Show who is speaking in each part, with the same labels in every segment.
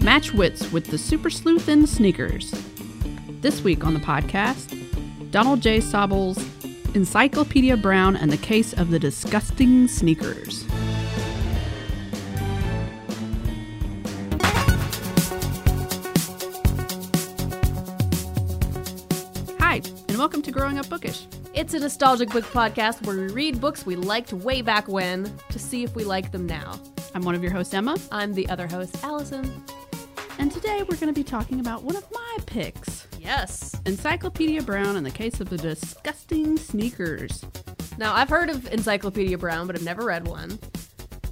Speaker 1: match wits with the super sleuth in sneakers. This week on the podcast, Donald J. Sobel's Encyclopedia Brown and the Case of the Disgusting Sneakers. Hi, and welcome to Growing Up Bookish.
Speaker 2: It's a nostalgic book podcast where we read books we liked way back when to see if we like them now.
Speaker 1: I'm one of your hosts, Emma,
Speaker 2: I'm the other host, Allison.
Speaker 1: and today we're going to be talking about one of my picks
Speaker 2: Yes.
Speaker 1: Encyclopedia Brown and the Case of the Disgusting Sneakers.
Speaker 2: Now, I've heard of Encyclopedia Brown, but I've never read one.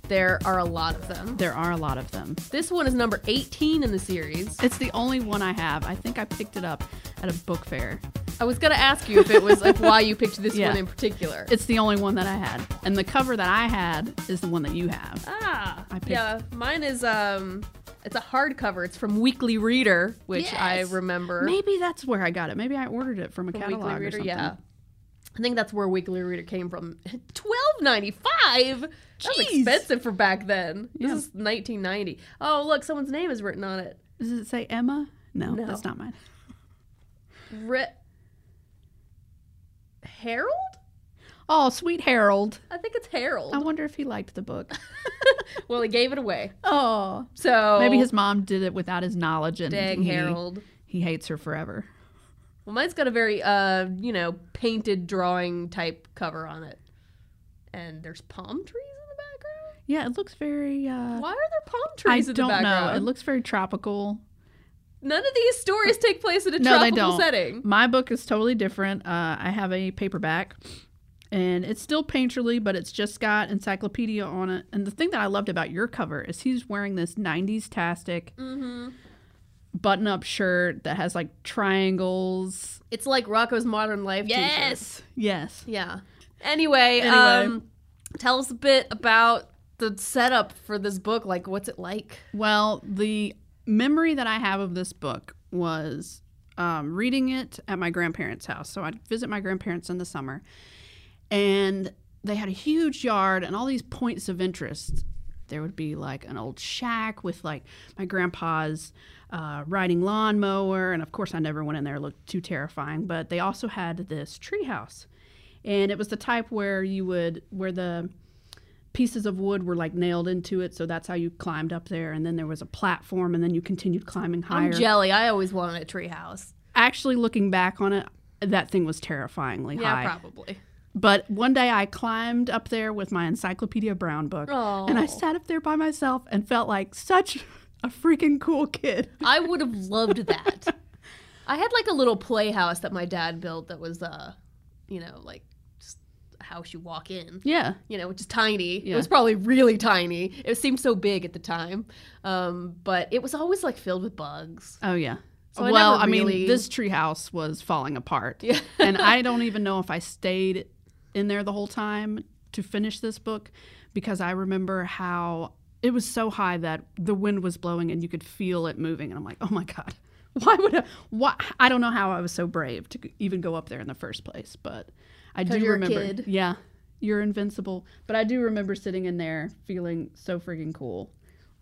Speaker 2: There are a lot of them.
Speaker 1: There are a lot of them.
Speaker 2: This one is number 18 in the series.
Speaker 1: It's the only one I have. I think I picked it up at a book fair.
Speaker 2: I was going to ask you if it was like why you picked this
Speaker 1: Yeah.
Speaker 2: one in particular.
Speaker 1: It's the only one that I had. And the cover that I had is the one that you have.
Speaker 2: ah.
Speaker 1: I picked-
Speaker 2: yeah, mine is um it's a hardcover. It's from Weekly Reader, which I
Speaker 1: Yes.
Speaker 2: remember.
Speaker 1: Maybe that's where I got it. Maybe I ordered it from a
Speaker 2: from
Speaker 1: catalog
Speaker 2: Weekly
Speaker 1: or
Speaker 2: Reader,
Speaker 1: something.
Speaker 2: yeah. I think that's where Weekly Reader came from. Twelve ninety five. That was
Speaker 1: Jeez.
Speaker 2: expensive for back then.
Speaker 1: Yeah.
Speaker 2: This is nineteen ninety. Oh look, someone's name is written on it.
Speaker 1: Does it say Emma? No,
Speaker 2: No.
Speaker 1: that's not mine.
Speaker 2: Re- Harold?
Speaker 1: Oh, sweet Harold.
Speaker 2: I think it's Harold.
Speaker 1: I wonder if he liked the book.
Speaker 2: well, he gave it away.
Speaker 1: oh.
Speaker 2: So
Speaker 1: Maybe his mom did it without his knowledge and
Speaker 2: dang
Speaker 1: he,
Speaker 2: Harold.
Speaker 1: he hates her forever.
Speaker 2: Well, mine's got a very uh you know painted drawing type cover on it, and there's palm trees in the background.
Speaker 1: Yeah, it looks very uh
Speaker 2: Why are there palm
Speaker 1: I
Speaker 2: trees in
Speaker 1: don't
Speaker 2: the background?
Speaker 1: know. It looks very tropical.
Speaker 2: None of these stories take place in a
Speaker 1: No, they
Speaker 2: tropical
Speaker 1: don't.
Speaker 2: setting.
Speaker 1: My book is totally different. Uh, I have a paperback, and it's still painterly, but it's just got encyclopedia on it. And the thing that I loved about your cover is he's wearing this '90s tastic
Speaker 2: Mm. Mm-hmm.
Speaker 1: button-up shirt that has like triangles.
Speaker 2: It's like Rocco's Modern Life. t-shirt.
Speaker 1: yes.
Speaker 2: Yeah. Anyway,
Speaker 1: Anyway.
Speaker 2: Um, tell us a bit about the setup for this book. Like, what's it like?
Speaker 1: Well, the memory that I have of this book was um, reading it at my grandparents' house. So I'd visit my grandparents in the summer, and they had a huge yard and all these points of interest. There would be like an old shack with like my grandpa's uh, riding lawnmower, and of course I never went in there; it looked too terrifying. But they also had this treehouse, and it was the type where you would where the pieces of wood were like nailed into it so that's how you climbed up there and then there was a platform and then you continued climbing higher
Speaker 2: I'm jelly. I always wanted a treehouse.
Speaker 1: actually looking back on it that thing was terrifyingly
Speaker 2: Yeah,
Speaker 1: high
Speaker 2: probably.
Speaker 1: but one day i climbed up there with my encyclopedia brown book
Speaker 2: Oh.
Speaker 1: and i sat up there by myself and felt like such a freaking cool kid
Speaker 2: I would have loved that. I had like a little playhouse that my dad built that was, uh, you know, like just a house you walk in.
Speaker 1: yeah
Speaker 2: you know, which is tiny. It
Speaker 1: Yeah.
Speaker 2: was probably really tiny. It seemed so big at the time, um, but it was always like filled with bugs.
Speaker 1: oh yeah
Speaker 2: So I
Speaker 1: well,
Speaker 2: never
Speaker 1: I, mean,
Speaker 2: really-
Speaker 1: this treehouse was falling apart,
Speaker 2: Yeah.
Speaker 1: and I don't even know if I stayed in there the whole time to finish this book, because I remember how it was so high that the wind was blowing and you could feel it moving, and I'm like, oh my god, why would I? Why I don't know how I was so brave to even go up there in the first place, but I
Speaker 2: 'Cause
Speaker 1: do
Speaker 2: you're a
Speaker 1: remember.
Speaker 2: kid.
Speaker 1: Yeah, you're invincible, but I do remember sitting in there feeling so freaking cool.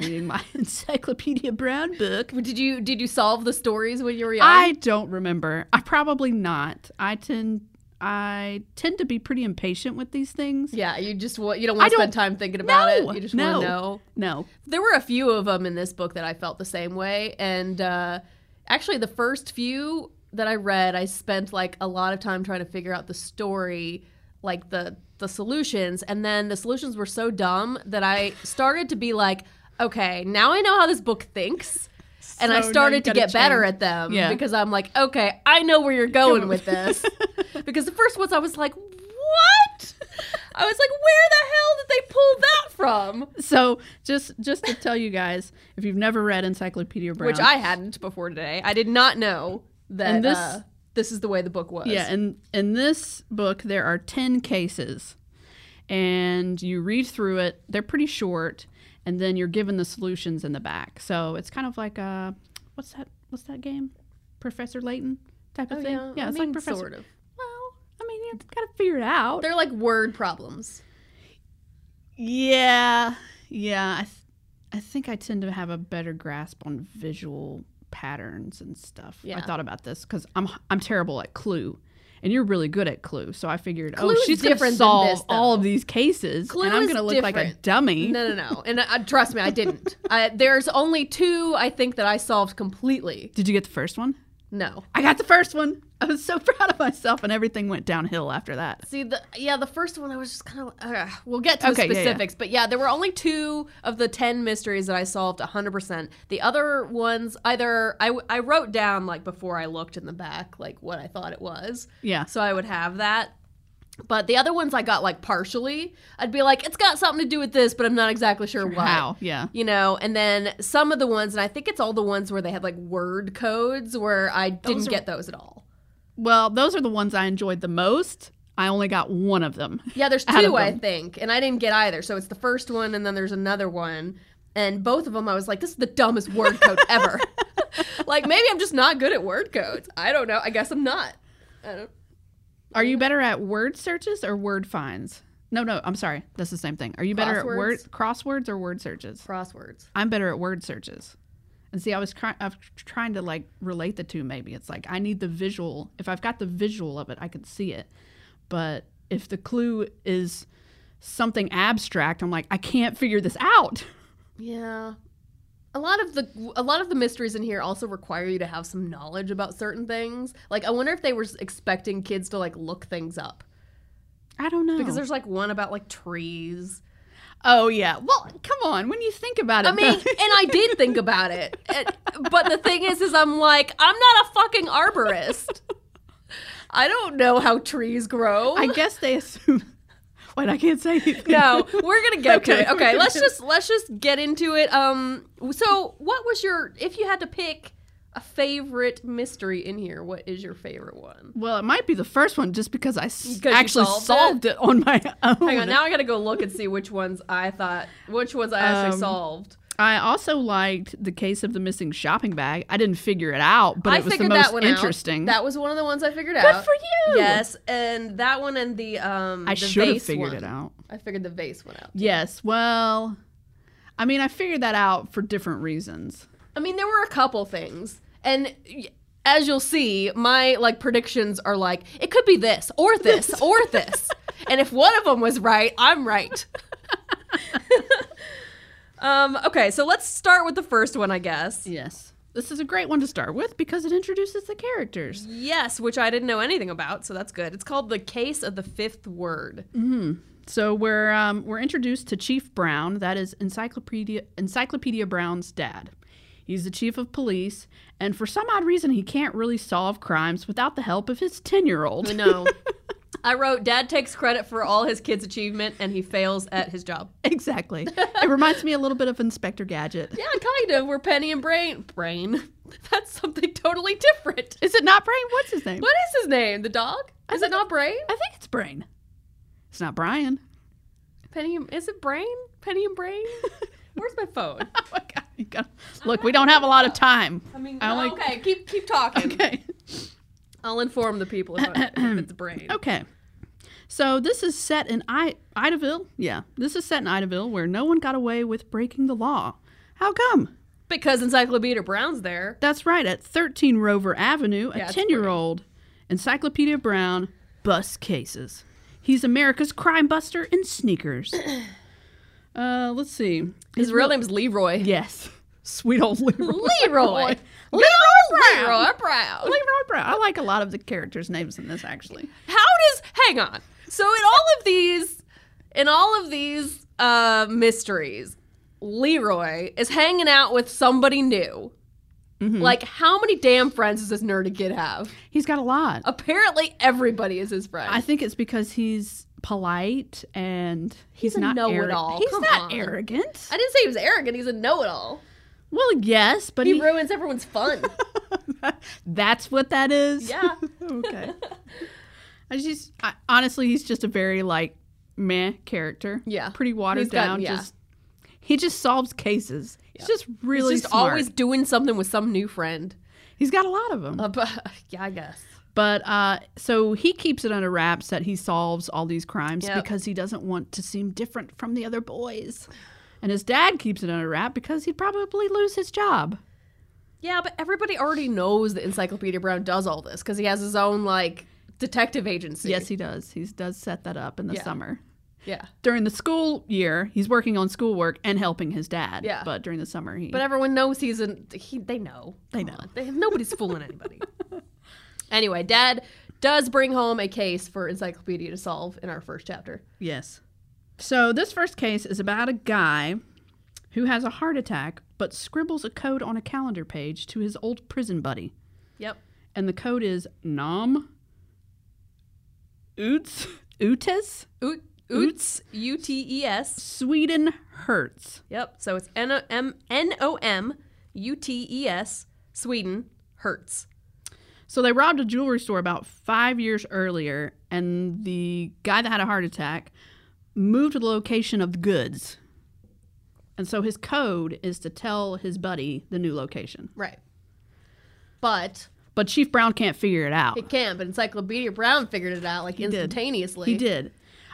Speaker 1: Reading my Encyclopedia Brown book.
Speaker 2: Did you did you solve the stories when you were young?
Speaker 1: I don't remember. I probably not. I tend I tend to be pretty impatient with these things.
Speaker 2: yeah, you just want you don't
Speaker 1: I
Speaker 2: want to
Speaker 1: don't-
Speaker 2: spend time thinking about
Speaker 1: No,
Speaker 2: it. You just
Speaker 1: no.
Speaker 2: want to know.
Speaker 1: No.
Speaker 2: There were a few of them in this book that I felt the same way, and uh, actually, the first few that I read, I spent like a lot of time trying to figure out the story, like the the solutions, and then the solutions were so dumb that I started to be like, okay, now I know how this book thinks. And I
Speaker 1: So now you
Speaker 2: started to
Speaker 1: gotta
Speaker 2: get better
Speaker 1: change.
Speaker 2: at them
Speaker 1: Yeah.
Speaker 2: because I'm like, okay, I know where you're going with this. because the first ones I was like, what? I was like, where the hell did they pull that from?
Speaker 1: So just just to tell you guys, if you've never read Encyclopedia Brown,
Speaker 2: which I hadn't before today. I did not know that
Speaker 1: And this-
Speaker 2: this this is the way the book was.
Speaker 1: yeah, and in this book there are ten cases, and you read through it. They're pretty short, and then you're given the solutions in the back. So it's kind of like a what's that? What's that game? Professor Layton type of
Speaker 2: Oh,
Speaker 1: thing.
Speaker 2: yeah. I
Speaker 1: it's
Speaker 2: mean,
Speaker 1: like Professor.
Speaker 2: sort of.
Speaker 1: Well, I mean, you've got to figure it out.
Speaker 2: They're like word problems.
Speaker 1: Yeah, yeah. I, th- I think I tend to have a better grasp on visual patterns and stuff. I
Speaker 2: Yeah.
Speaker 1: thought about this because I'm I'm terrible at Clue, and you're really good at Clue. So I figured,
Speaker 2: Clue's
Speaker 1: oh, she's going to
Speaker 2: different than
Speaker 1: solve
Speaker 2: this, though.
Speaker 1: all of these cases,
Speaker 2: Clue
Speaker 1: and I'm
Speaker 2: is
Speaker 1: going to look like a
Speaker 2: different.
Speaker 1: dummy.
Speaker 2: No, no, no. And uh, trust me, I didn't. I, there's only two I think that I solved completely.
Speaker 1: Did you get the first one?
Speaker 2: No.
Speaker 1: I got the first one. I was so proud of myself, and everything went downhill after that.
Speaker 2: See the yeah the first one I was just kind of uh, we'll get to
Speaker 1: Okay, yeah,
Speaker 2: the
Speaker 1: yeah.
Speaker 2: specifics but yeah there were only two of the ten mysteries that I solved hundred percent the other ones either I, I wrote down like before I looked in the back like what I thought it was
Speaker 1: Yeah.
Speaker 2: so I would have that but the other ones I got like partially I'd be like it's got something to do with this but I'm not exactly sure why
Speaker 1: Wow. Yeah.
Speaker 2: you know and then some of the ones and I think it's all the ones where they had like word codes where I didn't
Speaker 1: are-
Speaker 2: get those at all
Speaker 1: Well, those are the ones I enjoyed the most. I only got one of them.
Speaker 2: Yeah, there's
Speaker 1: out of
Speaker 2: two, I
Speaker 1: them.
Speaker 2: think, and I didn't get either. So it's the first one, and then there's another one, and both of them, I was like, "This is the dumbest word code ever." like maybe I'm just not good at word codes. I don't know. I guess I'm not. I don't.
Speaker 1: Are you better at word searches or word finds? No, no, I'm sorry. That's the same thing. Are you better at word crosswords or word searches?
Speaker 2: Crosswords.
Speaker 1: I'm better at word searches. And see, I was cry- I was trying to like relate the two. Maybe it's like I need the visual. If I've got the visual of it, I can see it. But if the clue is something abstract, I'm like I can't figure this out.
Speaker 2: Yeah. A lot of the a lot of the mysteries in here also require you to have some knowledge about certain things. Like I wonder if they were expecting kids to like look things up
Speaker 1: I don't know.
Speaker 2: because there's like one about like trees.
Speaker 1: oh yeah. Well, come on. When you think about it,
Speaker 2: I mean,
Speaker 1: though-
Speaker 2: and I did think about it. And- but the thing is, is I'm like, I'm not a fucking arborist. I don't know how trees grow.
Speaker 1: I guess they assume. Wait, I can't say. anything.
Speaker 2: no, we're gonna get
Speaker 1: Okay,
Speaker 2: to it.
Speaker 1: we're
Speaker 2: Okay,
Speaker 1: gonna
Speaker 2: let's
Speaker 1: do-
Speaker 2: just let's just get into it. Um, so what was your if you had to pick a favorite mystery in here? What is your favorite one?
Speaker 1: Well, it might be the first one just because I s-
Speaker 2: you
Speaker 1: actually
Speaker 2: solved
Speaker 1: solved, it. on my own.
Speaker 2: Hang on, now I gotta go look and see which ones I thought, which ones I actually
Speaker 1: Um,
Speaker 2: solved.
Speaker 1: I also liked the case of the missing shopping bag. I didn't figure it out, but
Speaker 2: I
Speaker 1: it was the
Speaker 2: figured
Speaker 1: most
Speaker 2: that one out.
Speaker 1: interesting.
Speaker 2: That was one of the ones I figured
Speaker 1: Good
Speaker 2: out.
Speaker 1: for you.
Speaker 2: Yes, and that one and the um.
Speaker 1: I
Speaker 2: the
Speaker 1: should have
Speaker 2: vase
Speaker 1: figured
Speaker 2: one.
Speaker 1: it out.
Speaker 2: I figured the vase went out.
Speaker 1: Yes. Well, I mean, I figured that out for different reasons.
Speaker 2: I mean, there were a couple things, and y- as you'll see, my like predictions are like it could be this or this or this, and if one of them was right, I'm right. um. Okay, so let's start with the first one, I guess.
Speaker 1: Yes. This is a great one to start with because it introduces the characters.
Speaker 2: Yes, which I didn't know anything about, so that's good. It's called the case of the fifth word.
Speaker 1: So we're um, we're introduced to Chief Brown. That is Encyclopedia Encyclopedia Brown's dad. He's the chief of police, and for some odd reason, he can't really solve crimes without the help of his ten year old.
Speaker 2: I know. I wrote, Dad takes credit for all his kids' achievement and he fails at his job.
Speaker 1: Exactly. It reminds me a little bit of Inspector Gadget.
Speaker 2: Yeah, kind of. We're Penny and Brain. Brain. That's something totally different.
Speaker 1: Is it not Brain? What's his name?
Speaker 2: What is his name? The dog? Is it not Brain?
Speaker 1: I think it's Brain. It's not Brian.
Speaker 2: Penny, and- is it Brain? Penny and Brain? Where's my phone?
Speaker 1: Oh my God. You gotta- Look, we don't have a lot of time.
Speaker 2: I mean,
Speaker 1: I
Speaker 2: oh,
Speaker 1: like-
Speaker 2: okay, keep keep talking.
Speaker 1: Okay.
Speaker 2: I'll inform the people if, I- if it's Brain.
Speaker 1: Okay. So this is set in I- Idaville. Yeah. This is set in Idaville where no one got away with breaking the law. How come?
Speaker 2: Because Encyclopedia Brown's there.
Speaker 1: That's right. At 13 Rover Avenue, a
Speaker 2: Yeah, it's
Speaker 1: 10 year old Encyclopedia Brown bus cases. He's America's crime buster in sneakers. Uh, let's see.
Speaker 2: His real name's Leroy.
Speaker 1: Yes. Sweet old Leroy.
Speaker 2: Leroy.
Speaker 1: Leroy Brown.
Speaker 2: Leroy Brown.
Speaker 1: Leroy Brown. I like a lot of the characters' names in this, actually.
Speaker 2: How does hang on? So in all of these, in all of these uh, mysteries, Leroy is hanging out with somebody new. Like, how many damn friends does this nerdy kid have?
Speaker 1: He's got a lot.
Speaker 2: Apparently, everybody is his friend.
Speaker 1: I think it's because he's polite and he's,
Speaker 2: a
Speaker 1: not arro-
Speaker 2: know-it-all.
Speaker 1: He's
Speaker 2: Come
Speaker 1: not
Speaker 2: on.
Speaker 1: arrogant.
Speaker 2: I didn't say he was arrogant. He's a know-it-all.
Speaker 1: Well, yes, but
Speaker 2: He
Speaker 1: he,
Speaker 2: ruins everyone's fun.
Speaker 1: that's what that is. Oh,
Speaker 2: Yeah.
Speaker 1: okay. I just I, honestly, he's just a very like meh character.
Speaker 2: Yeah.
Speaker 1: Pretty watered
Speaker 2: He's got-
Speaker 1: down.
Speaker 2: yeah.
Speaker 1: Just he just solves cases. He's just
Speaker 2: He's
Speaker 1: really
Speaker 2: just
Speaker 1: smart.
Speaker 2: always doing something with some new friend.
Speaker 1: He's got a lot of them.
Speaker 2: Uh, but, yeah, I guess.
Speaker 1: But uh, so he keeps it under wraps that he solves all these crimes
Speaker 2: Yep.
Speaker 1: because he doesn't want to seem different from the other boys. And his dad keeps it under wrap because he'd probably lose his job.
Speaker 2: Yeah, but everybody already knows that Encyclopedia Brown does all this because he has his own like detective agency.
Speaker 1: Yes, he does. He does set that up in the
Speaker 2: Yeah.
Speaker 1: summer.
Speaker 2: yeah.
Speaker 1: During the school year, he's working on schoolwork and helping his dad.
Speaker 2: Yeah.
Speaker 1: But during the summer, he.
Speaker 2: But everyone knows he's an. He, they know.
Speaker 1: They
Speaker 2: Come
Speaker 1: know.
Speaker 2: on. They, nobody's fooling anybody. Anyway, Dad does bring home a case for Encyclopedia to solve in our first chapter.
Speaker 1: Yes. So this first case is about a guy who has a heart attack but scribbles a code on a calendar page to his old prison buddy.
Speaker 2: Yep.
Speaker 1: And the code is nom oots ootes
Speaker 2: Oot, Oots. U T E S.
Speaker 1: Sweden hurts.
Speaker 2: Yep. So it's N O M N O M U T E S. Sweden. Hertz.
Speaker 1: So they robbed a jewelry store about 5 years earlier and the guy that had a heart attack moved to the location of the goods. And so his code is to tell his buddy the new location.
Speaker 2: Right. But
Speaker 1: But Chief Brown can't figure it out.
Speaker 2: it can. But Encyclopedia Brown figured it out like
Speaker 1: did.
Speaker 2: instantaneously.
Speaker 1: He did.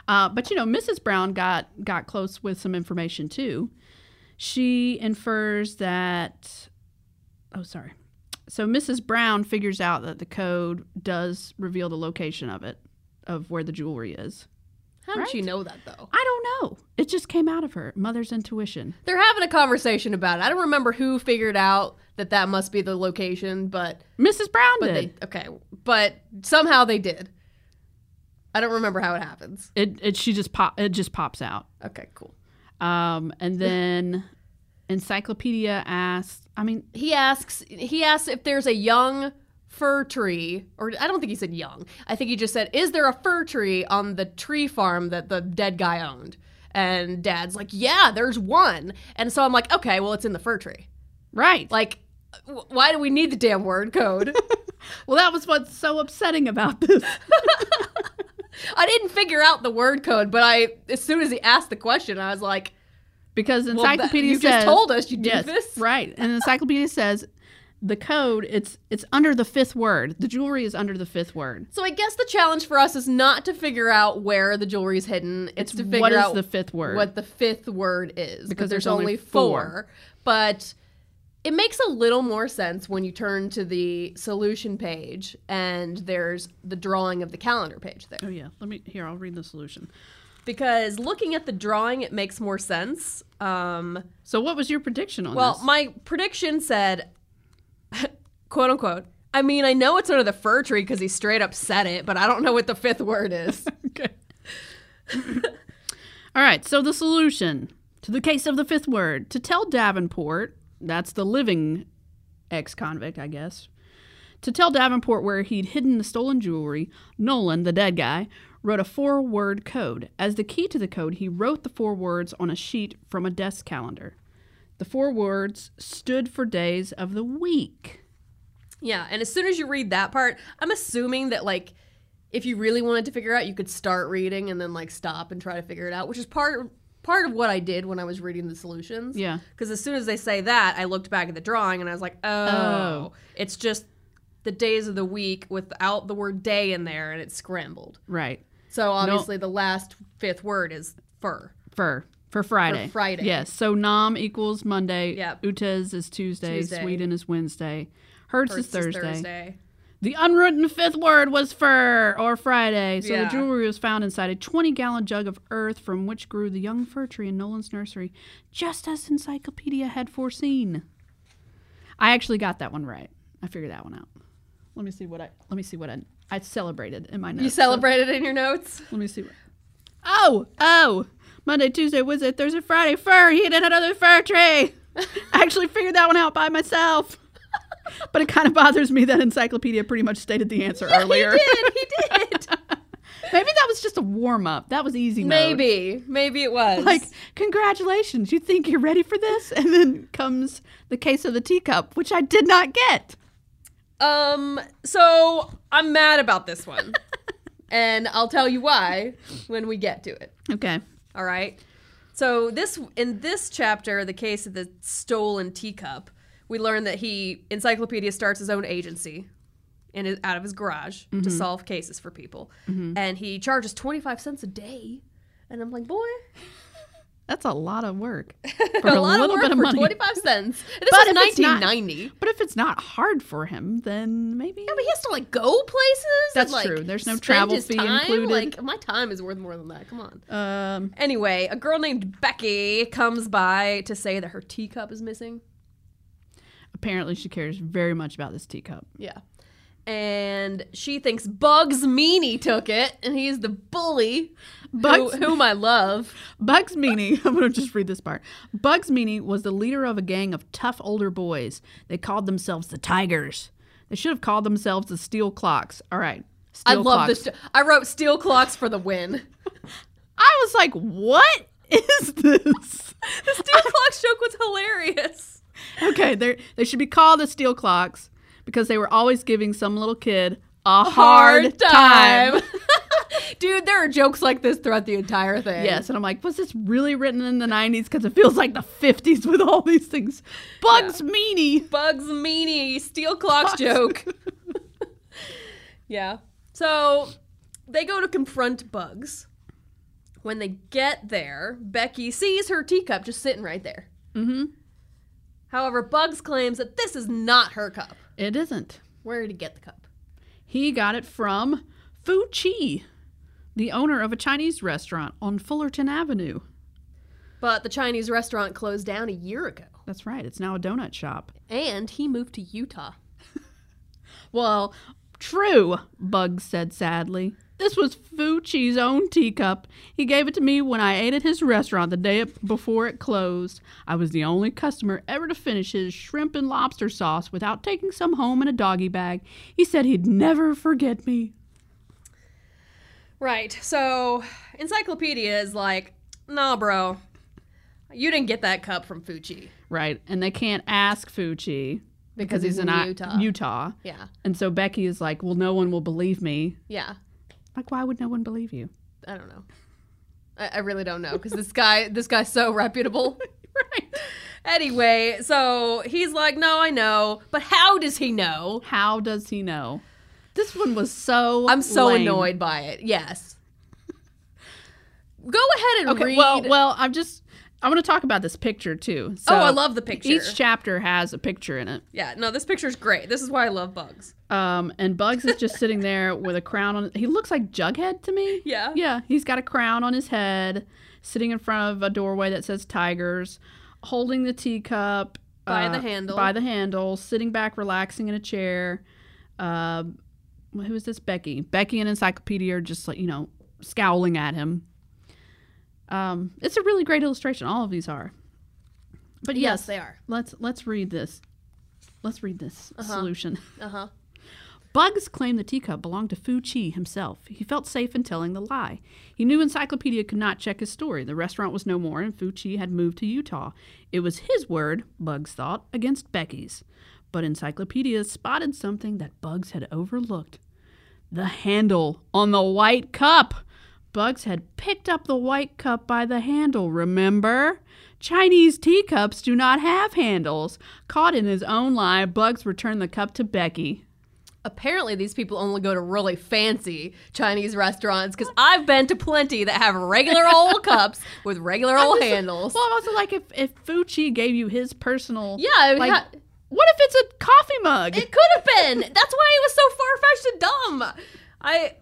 Speaker 1: Uh, but you know, Mrs. Brown got got close with some information too. She infers that oh sorry. So Mrs. Brown figures out that the code does reveal the location of it, of where the jewelry is.
Speaker 2: How did
Speaker 1: Right?
Speaker 2: she know that though?
Speaker 1: I don't know. It just came out of her mother's intuition.
Speaker 2: They're having a conversation about it. I don't remember who figured out that that must be the location, but
Speaker 1: Mrs. Brown
Speaker 2: but
Speaker 1: did.
Speaker 2: they okay, but somehow they did. I don't remember how it happens.
Speaker 1: it, it she just pop it just pops out.
Speaker 2: Okay, cool.
Speaker 1: Um, and then Encyclopedia asks. I mean,
Speaker 2: He asks he asks if there's a young fir tree or I don't think he said young. I think he just said is there a fir tree on the tree farm that the dead guy owned? And dad's like, "Yeah, there's one." And so I'm like, "Okay, well it's in the fir tree."
Speaker 1: right?
Speaker 2: Like w- why do we need the damn word code?
Speaker 1: Well, that was what's so upsetting about this.
Speaker 2: I didn't figure out the word code, but I as soon as he asked the question, I was like,
Speaker 1: Because
Speaker 2: well, that-
Speaker 1: encyclopedia
Speaker 2: you
Speaker 1: says
Speaker 2: just told us you did
Speaker 1: yes,
Speaker 2: this.
Speaker 1: right. And encyclopedia says the code it's it's under the fifth word. The jewelry is under the fifth word.
Speaker 2: So I guess the challenge for us is not to figure out where the jewelry's hidden. It's, to figure
Speaker 1: what is
Speaker 2: out
Speaker 1: the fifth word?
Speaker 2: what the fifth word is.
Speaker 1: Because
Speaker 2: but there's,
Speaker 1: there's
Speaker 2: only,
Speaker 1: only
Speaker 2: four.
Speaker 1: four.
Speaker 2: But it makes a little more sense when you turn to the solution page and there's the drawing of the calendar page there.
Speaker 1: oh yeah, let me here. I'll read the solution.
Speaker 2: Because looking at the drawing, it makes more sense. Um,
Speaker 1: So what was your prediction on
Speaker 2: Well,
Speaker 1: this?
Speaker 2: my prediction said, quote unquote, I mean, I know it's under the fir tree because he straight up said it, but I don't know what the fifth word is.
Speaker 1: okay. All right. So the solution to the case of the fifth word to tell Davenport that's the living ex-convict, I guess. To tell Davenport where he'd hidden the stolen jewelry, Nolan, the dead guy, wrote a four word code. As the key to the code, he wrote the four words on a sheet from a desk calendar. The four words stood for days of the week.
Speaker 2: yeah. And as soon as you read that part, I'm assuming that, like, if you really wanted to figure out, you could start reading and then, like, stop and try to figure it out, which is part Part of what I did when I was reading the solutions.
Speaker 1: Yeah.
Speaker 2: Because as soon as they say that, I looked back at the drawing and I was like, oh,
Speaker 1: Oh.
Speaker 2: it's just the days of the week without the word day in there and it's scrambled.
Speaker 1: Right.
Speaker 2: So obviously, the last fifth word is fur.
Speaker 1: For for Friday.
Speaker 2: For Friday.
Speaker 1: Yes. So Nam equals Monday.
Speaker 2: Yep.
Speaker 1: Utez is Tuesday.
Speaker 2: Tuesday.
Speaker 1: Sweden is Wednesday. Hertz,
Speaker 2: First
Speaker 1: is Thursday. The unwritten fifth word was fur or Friday. So
Speaker 2: Yeah.
Speaker 1: the jewelry was found inside a 20 gallon jug of earth from which grew the young fir tree in Nolan's nursery, just as Encyclopedia had foreseen. I actually got that one right. I figured that one out. Let me see what I let me see what I I celebrated in my notes.
Speaker 2: You celebrated in your notes.
Speaker 1: Let me see. What... Oh, oh. Monday, Tuesday, Wednesday, Thursday, Friday, fur. He hit another fir tree. I actually figured that one out by myself. But it kind of bothers me that encyclopedia pretty much stated the answer earlier.
Speaker 2: He did. He did.
Speaker 1: Maybe that was just a warm up. That was easy. mode.
Speaker 2: maybe. Maybe it was.
Speaker 1: Like, congratulations, you think you're ready for this? And then comes the case of the teacup, which I did not get.
Speaker 2: um. So I'm mad about this one, and I'll tell you why when we get to it.
Speaker 1: Okay.
Speaker 2: All right. So this in this chapter, the case of the stolen teacup, we learn that he Encyclopedia starts his own agency in his, out of his garage to
Speaker 1: Mm-hmm.
Speaker 2: solve cases for people, and he charges twenty five cents a day. And I'm like, boy,
Speaker 1: That's a lot of work for
Speaker 2: a lot of work for 25 cents. And this
Speaker 1: But
Speaker 2: was
Speaker 1: if it's not-
Speaker 2: 1990.
Speaker 1: But if it's not hard for him, then maybe.
Speaker 2: Yeah, but he has to like go places.
Speaker 1: That's
Speaker 2: and, like,
Speaker 1: true. There's no
Speaker 2: spend
Speaker 1: travel
Speaker 2: his
Speaker 1: fee
Speaker 2: time.
Speaker 1: included.
Speaker 2: Like my time is worth more than that. Come on.
Speaker 1: Um,
Speaker 2: Anyway, a girl named Becky comes by to say that her teacup is missing.
Speaker 1: apparently, she cares very much about this teacup.
Speaker 2: Yeah. And she thinks Bugs Meany took it, and he's the bully,
Speaker 1: Bugs-
Speaker 2: who, whom I love.
Speaker 1: Bugs Meany, I'm going to just read this part. Bugs Meany was the leader of a gang of tough older boys. They called themselves the Tigers. They should have called themselves the Steel Clocks. All right. Steel
Speaker 2: I love
Speaker 1: Clocks.
Speaker 2: this. I wrote "Steel Clocks" for the win.
Speaker 1: I was like, what is this?
Speaker 2: The Steel Clocks joke was hilarious.
Speaker 1: okay, they they should be called the Steel Clocks because they were always giving some little kid a hard, time.
Speaker 2: Dude, there are jokes like this throughout the entire thing.
Speaker 1: Yes, and I'm like, was this really written in the 90s? Because it feels like the 50s with all these things. Bugs Meany.
Speaker 2: Bugs Meany steel clocks
Speaker 1: Bugs.
Speaker 2: joke. yeah. So they go to confront Bugs. When they get there, Becky sees her teacup just sitting right there.
Speaker 1: Mm-hmm.
Speaker 2: However, Bugs claims that this is not her cup.
Speaker 1: It isn't.
Speaker 2: Where did he get the cup?
Speaker 1: He got it from Fu Chi, the owner of a Chinese restaurant on Fullerton Avenue.
Speaker 2: But the Chinese restaurant closed down a year ago,
Speaker 1: That's right, it's now a donut shop.
Speaker 2: and he moved to Utah.
Speaker 1: Well, true, Bugs said sadly. This was Fu Chi's own teacup. He gave it to me when I ate at his restaurant the day it- before it closed. I was the only customer ever to finish his shrimp and lobster sauce without taking some home in a doggy bag. He said he'd never forget me.
Speaker 2: Right. So, Encyclopedia is like, nah, bro. You didn't get that cup from Fuchi.
Speaker 1: Right, and they can't ask Fu Chi because he's, in I-
Speaker 2: Utah.
Speaker 1: Utah.
Speaker 2: Yeah.
Speaker 1: And so Becky is like, Well, no one will believe me.
Speaker 2: Yeah.
Speaker 1: Like, why would no one believe you?
Speaker 2: I don't know. I, I really don't know because this guy, this guy's so reputable.
Speaker 1: Right.
Speaker 2: Anyway, so he's like, "No, I know," but how does he know?
Speaker 1: How does he know? This one was so.
Speaker 2: I'm so
Speaker 1: lame.
Speaker 2: annoyed by it. Yes. Go ahead and
Speaker 1: Okay,
Speaker 2: read.
Speaker 1: well, well, I'm just. I want to talk about this picture too. So
Speaker 2: oh, I love the picture.
Speaker 1: Each chapter has a picture in it.
Speaker 2: yeah, no, this picture's great. This is why I love bugs.
Speaker 1: Um, and Bugs is just sitting there with a crown on. He looks like Jughead to me.
Speaker 2: Yeah.
Speaker 1: Yeah, he's got a crown on his head, sitting in front of a doorway that says Tigers, holding the teacup uh,
Speaker 2: By the handle.
Speaker 1: By the handle, sitting back, relaxing in a chair. Uh, who is this? Becky. Becky and Encyclopedia are just like you know scowling at him. Um, it's a really great illustration. All of these are. But yes,
Speaker 2: they are.
Speaker 1: let's let's read this. Let's read this solution.
Speaker 2: Uh huh.
Speaker 1: Bugs claimed the teacup belonged to Fu Chi himself. He felt safe in telling the lie. He knew Encyclopedia could not check his story. The restaurant was no more, and Fu Chi had moved to Utah. It was his word, Bugs thought, against Becky's. But Encyclopedia spotted something that Bugs had overlooked the handle on the white cup. Bugs had picked up the white cup by the handle, remember? Chinese teacups do not have handles. Caught in his own lie, Bugs returned the cup to Becky.
Speaker 2: Apparently, these people only go to really fancy Chinese restaurants because I've been to plenty that have regular old cups with regular
Speaker 1: I'm
Speaker 2: old
Speaker 1: just-
Speaker 2: handles.
Speaker 1: Well, I'm also like if if Fucci gave you his personal,
Speaker 2: yeah, I mean,
Speaker 1: like
Speaker 2: ha-
Speaker 1: what if it's a coffee mug?
Speaker 2: It could have been. That's why it was so far fetched and dumb. I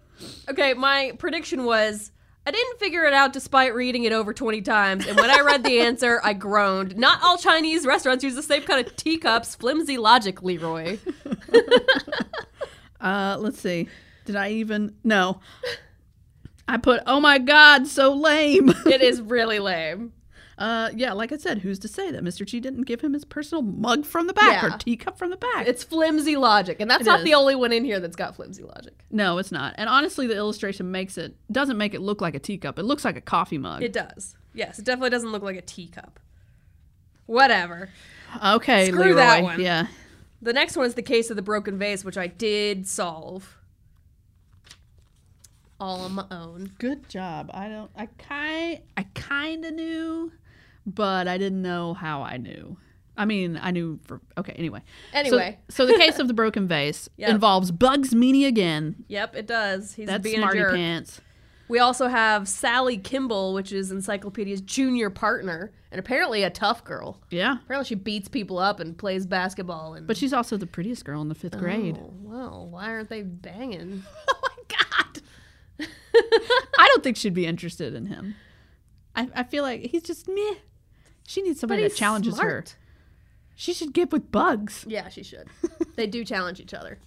Speaker 2: okay. My prediction was I didn't figure it out despite reading it over twenty times. And when I read the answer, I groaned. Not all Chinese restaurants use the same kind of teacups. Flimsy logic, Leroy.
Speaker 1: uh, let's see. Did I even no? I put oh my god, so lame.
Speaker 2: It is really lame.
Speaker 1: uh, yeah, like I said, who's to say that Mr. G didn't give him his personal mug from the back
Speaker 2: Yeah.
Speaker 1: or teacup from the back?
Speaker 2: It's flimsy logic, and that's
Speaker 1: It
Speaker 2: not
Speaker 1: is.
Speaker 2: the only one in here that's got flimsy logic.
Speaker 1: no, it's not. And honestly, the illustration makes it doesn't make it look like a teacup. It looks like a coffee mug.
Speaker 2: It does. Yes, it definitely doesn't look like a teacup. Whatever.
Speaker 1: okay,
Speaker 2: Screw
Speaker 1: Leroy.
Speaker 2: that one.
Speaker 1: Yeah.
Speaker 2: The next one is the case of the broken vase, which I did solve all on my own.
Speaker 1: Good job. I don't. I kind. I kind of knew, but I didn't know how I knew. I mean, I knew for okay. Anyway. So-
Speaker 2: Anyway.
Speaker 1: so, the case of the broken vase
Speaker 2: Yep.
Speaker 1: involves Bugs Meany again.
Speaker 2: Yep, it does. He's
Speaker 1: That's
Speaker 2: being a
Speaker 1: smarty
Speaker 2: jerk.
Speaker 1: pants.
Speaker 2: We also have Sally Kimball, which is Encyclopedia's junior partner, and apparently a tough girl.
Speaker 1: Yeah.
Speaker 2: Apparently, she beats people up and plays basketball. And
Speaker 1: But she's also the prettiest girl in the fifth grade.
Speaker 2: Oh, well, why aren't they banging?
Speaker 1: Oh my God. I don't think she'd be interested in him. I, I feel like he's just meh. She needs somebody that challenges her. She should get with bugs.
Speaker 2: Yeah, she should. they do challenge each other.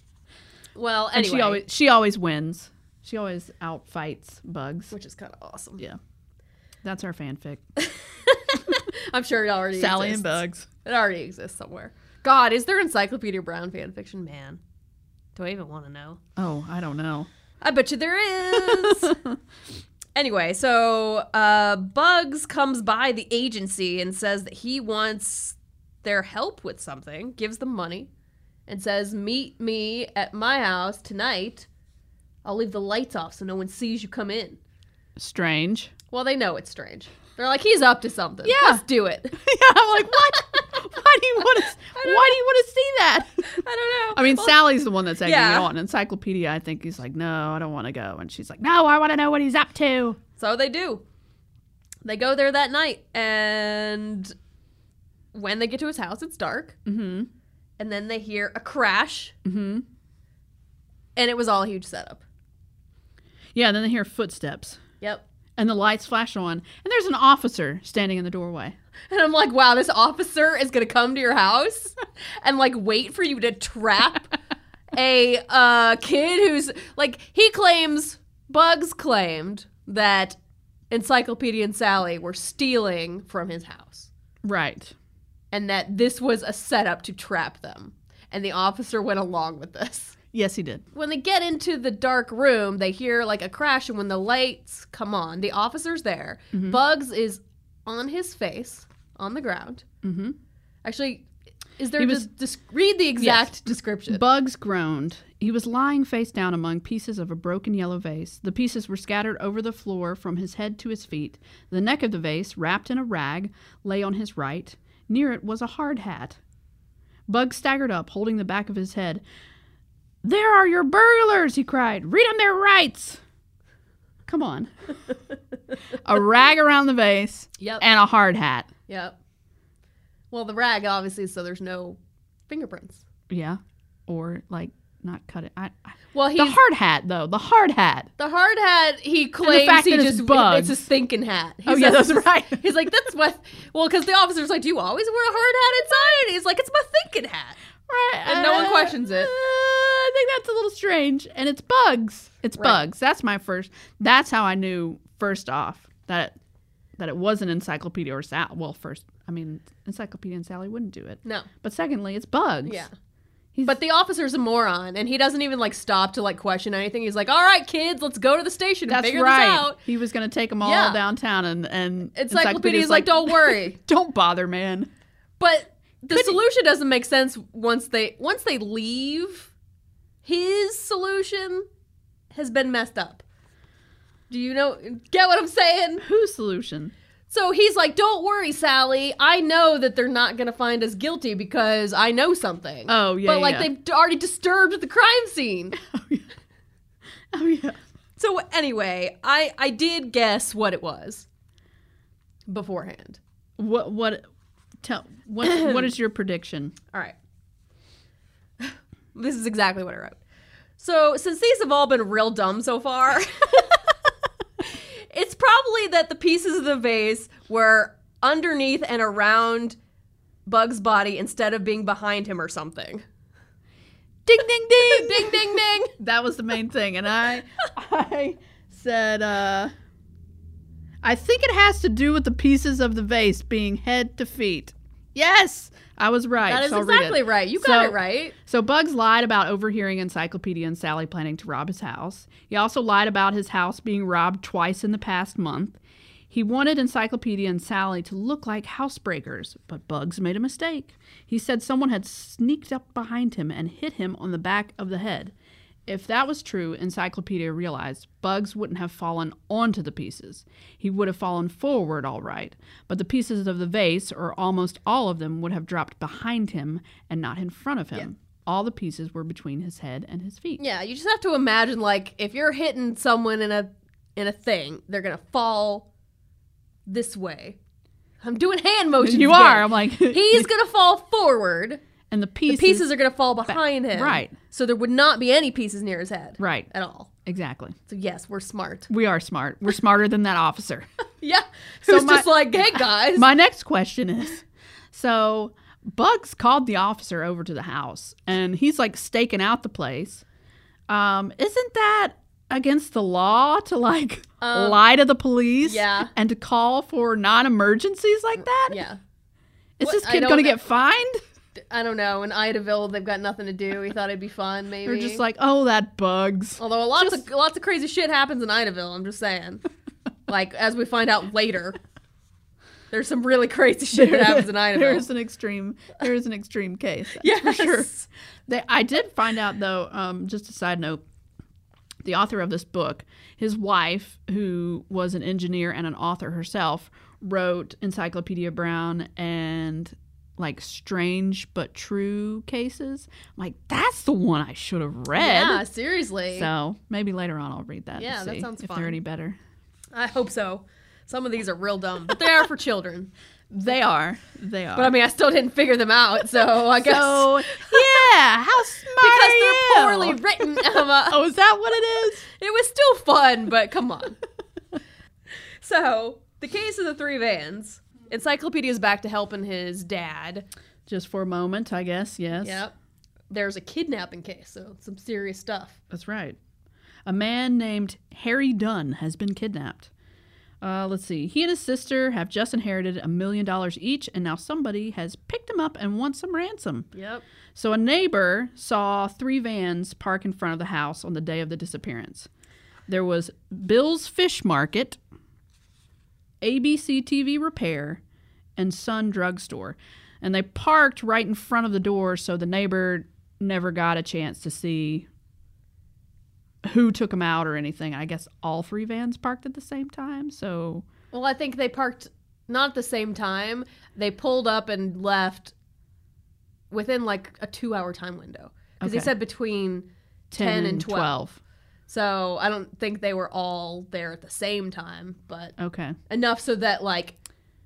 Speaker 2: Well,
Speaker 1: And
Speaker 2: anyway,
Speaker 1: she always she always wins. She always outfights bugs.
Speaker 2: which is kind of awesome.
Speaker 1: Yeah. That's our fanfic.
Speaker 2: I'm sure it already
Speaker 1: Sally
Speaker 2: exists.
Speaker 1: and Bugs.
Speaker 2: It already exists somewhere. God, is there Encyclopedia Brown fan fiction? Man, do I even want to know?
Speaker 1: Oh, I don't know.
Speaker 2: I bet you there is. anyway, so uh, Bugs comes by the agency and says that he wants their help with something, gives them money, and says, Meet me at my house tonight. I'll leave the lights off so no one sees you come in.
Speaker 1: Strange.
Speaker 2: Well, they know it's strange. They're like, He's up to something.
Speaker 1: Yeah.
Speaker 2: Let's do it.
Speaker 1: yeah, I'm like, what? why do you want to? Why
Speaker 2: don't
Speaker 1: do you want to see that?
Speaker 2: I don't
Speaker 1: I
Speaker 2: know.
Speaker 1: mean,
Speaker 2: Well,
Speaker 1: Sally's the one that's egging
Speaker 2: Yeah.
Speaker 1: it on. Encyclopedia, I think he's like, no, I don't want to go, and she's like, no, I want to know what he's up to.
Speaker 2: So they do. They go there that night, and when they get to his house, it's dark.
Speaker 1: Mm-hmm.
Speaker 2: and then they hear a crash,
Speaker 1: Mm-hmm.
Speaker 2: and it was all a huge setup.
Speaker 1: Yeah, and then they hear footsteps,
Speaker 2: Yep.
Speaker 1: and the lights flash on, and there's an officer standing in the doorway.
Speaker 2: And I'm like, wow, this officer is gonna come to your house and like wait for you to trap a uh, kid who's like he claims Bugs claimed that Encyclopedia and Sally were stealing from his house,
Speaker 1: Right.
Speaker 2: and that this was a setup to trap them. And the officer went along with this.
Speaker 1: Yes, he did.
Speaker 2: when they get into the dark room, they hear like a crash, and when the lights come on, the officer's there.
Speaker 1: Mm-hmm.
Speaker 2: Bugs is on his face on the ground.
Speaker 1: Mm-hmm.
Speaker 2: Actually, is there?
Speaker 1: He
Speaker 2: just
Speaker 1: was-
Speaker 2: read the exact description.
Speaker 1: Bugs groaned. He was lying face down among pieces of a broken yellow vase. The pieces were scattered over the floor from his head to his feet. The neck of the vase, wrapped in a rag, lay on his right. Near it was a hard hat. Bugs staggered up, holding the back of his head. There are your burglars, he cried. Read 'em their rights. Come on. a rag around the vase
Speaker 2: yep.
Speaker 1: and a hard hat.
Speaker 2: yep. Well, the rag obviously, so there's no fingerprints.
Speaker 1: Yeah. Or, like, not cut it. I, I,
Speaker 2: Well, he's
Speaker 1: the hard hat, though. The hard hat.
Speaker 2: the hard hat. He claims
Speaker 1: fact
Speaker 2: he
Speaker 1: that it's
Speaker 2: just
Speaker 1: Bugs.
Speaker 2: it's his thinking hat. He
Speaker 1: Oh, yeah,
Speaker 2: says-
Speaker 1: that's right.
Speaker 2: He's like, that's what. Well, because the officer's like, do you always wear a hard hat inside? And he's like, it's my thinking hat.
Speaker 1: Right.
Speaker 2: And no one
Speaker 1: uh,
Speaker 2: questions it.
Speaker 1: uh, I think that's a little strange. And it's bugs. It's
Speaker 2: Right.
Speaker 1: bugs. That's my first. That's how I knew first off that that it was an encyclopedia or Sal. Well, first, I mean, encyclopedia and Sally wouldn't do it.
Speaker 2: No.
Speaker 1: But secondly, it's bugs.
Speaker 2: Yeah.
Speaker 1: He's-
Speaker 2: But the officer's a moron, and he doesn't even like stop to like question anything. He's like, "All right, kids, let's go to the station and
Speaker 1: That's
Speaker 2: figure
Speaker 1: right.
Speaker 2: this out."
Speaker 1: He was going to take them all
Speaker 2: Yeah.
Speaker 1: downtown, and and
Speaker 2: Encyclopedia's like, "Don't worry."
Speaker 1: don't bother, man."
Speaker 2: But the solution doesn't make sense once they once they leave. His solution has been messed up. Do you know? Get what I'm saying?
Speaker 1: Whose solution?
Speaker 2: So he's like, "Don't worry, Sally. I know that they're not gonna find us guilty because I know something."
Speaker 1: Oh yeah,
Speaker 2: but like
Speaker 1: yeah.
Speaker 2: they've already disturbed the crime scene.
Speaker 1: Oh yeah. Oh yeah.
Speaker 2: So anyway, I I did guess what it was beforehand.
Speaker 1: What what? Tell what what is your prediction?
Speaker 2: All right. This is exactly what I wrote. So since these have all been real dumb so far, it's probably that the pieces of the vase were underneath and around Bug's body instead of being behind him or something.
Speaker 1: Ding ding ding.
Speaker 2: Ding ding ding.
Speaker 1: that was the main thing and i i said uh i think it has to do with the pieces of the vase being head to feet yes i was right
Speaker 2: That is
Speaker 1: so I'll read it.
Speaker 2: exactly right. You got
Speaker 1: So-
Speaker 2: it right.
Speaker 1: so bugs lied about overhearing encyclopedia and sally planning to rob his house he also lied about his house being robbed twice in the past month he wanted Encyclopedia and Sally to look like housebreakers, but Bugs made a mistake. He said someone had sneaked up behind him and hit him on the back of the head. If that was true, Encyclopedia realized Bugs wouldn't have fallen onto the pieces. He would have fallen forward all right, but the pieces of the vase, or almost all of them, would have dropped behind him and not in front of him. All the pieces were between his head and his feet.
Speaker 2: Yeah, you just have to imagine like if you're hitting someone in a in a thing. They're gonna fall this way. I'm doing hand motions.
Speaker 1: You
Speaker 2: again.
Speaker 1: are. I'm like
Speaker 2: He's gonna fall forward.
Speaker 1: and the
Speaker 2: The
Speaker 1: pieces,
Speaker 2: pieces are gonna fall behind him.
Speaker 1: Right.
Speaker 2: So there would not be any pieces near his head.
Speaker 1: Right.
Speaker 2: At all.
Speaker 1: Exactly.
Speaker 2: So yes, we're smart.
Speaker 1: We are smart. We're smarter than that officer.
Speaker 2: Yeah.
Speaker 1: So
Speaker 2: Who's
Speaker 1: my-
Speaker 2: just like, hey guys.
Speaker 1: My next question is so Bugs called the officer over to the house and he's like staking out the place. Um, isn't that against the law to like
Speaker 2: Um,
Speaker 1: lie to the police
Speaker 2: yeah.
Speaker 1: and to call for non emergencies like that?
Speaker 2: yeah.
Speaker 1: Is
Speaker 2: What-
Speaker 1: this
Speaker 2: I
Speaker 1: kid
Speaker 2: don't
Speaker 1: going to
Speaker 2: know.
Speaker 1: get fined?
Speaker 2: I don't know. In Idaville, they've got nothing to do. We thought it'd be fun, maybe.
Speaker 1: They're just like, oh, that Bugs.
Speaker 2: Although lots of lots of crazy shit happens in Idaville, I'm just saying. like as we find out later, there's some really crazy shit that happens in
Speaker 1: There
Speaker 2: Idaville.
Speaker 1: is an extreme. There is an extreme case. that's
Speaker 2: Yes.
Speaker 1: for sure. They, I did find out though. Um, just a side note. The author of this book, his wife, who was an engineer and an author herself, wrote Encyclopedia Brown and like strange but true cases. I'm like that's the one I should have
Speaker 2: Yeah,
Speaker 1: read.
Speaker 2: seriously.
Speaker 1: So maybe later on I'll read that. and
Speaker 2: Yeah, that
Speaker 1: see
Speaker 2: sounds
Speaker 1: if
Speaker 2: fun.
Speaker 1: they're any better.
Speaker 2: I hope so. Some of these are real dumb, but they are for children.
Speaker 1: They are. They are.
Speaker 2: But I mean, I still didn't figure them out, so I guess
Speaker 1: So yeah, how smart
Speaker 2: because
Speaker 1: are
Speaker 2: they're
Speaker 1: you?
Speaker 2: poorly written, Emma.
Speaker 1: Oh, is that what it is?
Speaker 2: It was still fun, but come on. so, the case of the three vans. Encyclopedia's back to helping his dad.
Speaker 1: Just for a moment, I guess. Yes.
Speaker 2: Yep. There's a kidnapping case, so some serious stuff.
Speaker 1: That's right. A man named Harry Dunn has been kidnapped. Uh, let's see. He and his sister have just inherited a million dollars each, and now somebody has picked him up and wants some ransom.
Speaker 2: Yep.
Speaker 1: So a neighbor saw three vans park in front of the house on the day of the disappearance. There was Bill's Fish Market, ABC TV Repair, and Sun Drugstore. And they parked right in front of the door, so the neighbor never got a chance to see who took them out or anything. I guess all three vans parked at the same time, so
Speaker 2: Well, I think they parked not at the same time. They pulled up and left within like a two hour time window. Because he
Speaker 1: Okay.
Speaker 2: said between
Speaker 1: 10, and, 12.
Speaker 2: So I don't think they were all there at the same time, but
Speaker 1: Okay,
Speaker 2: enough so that like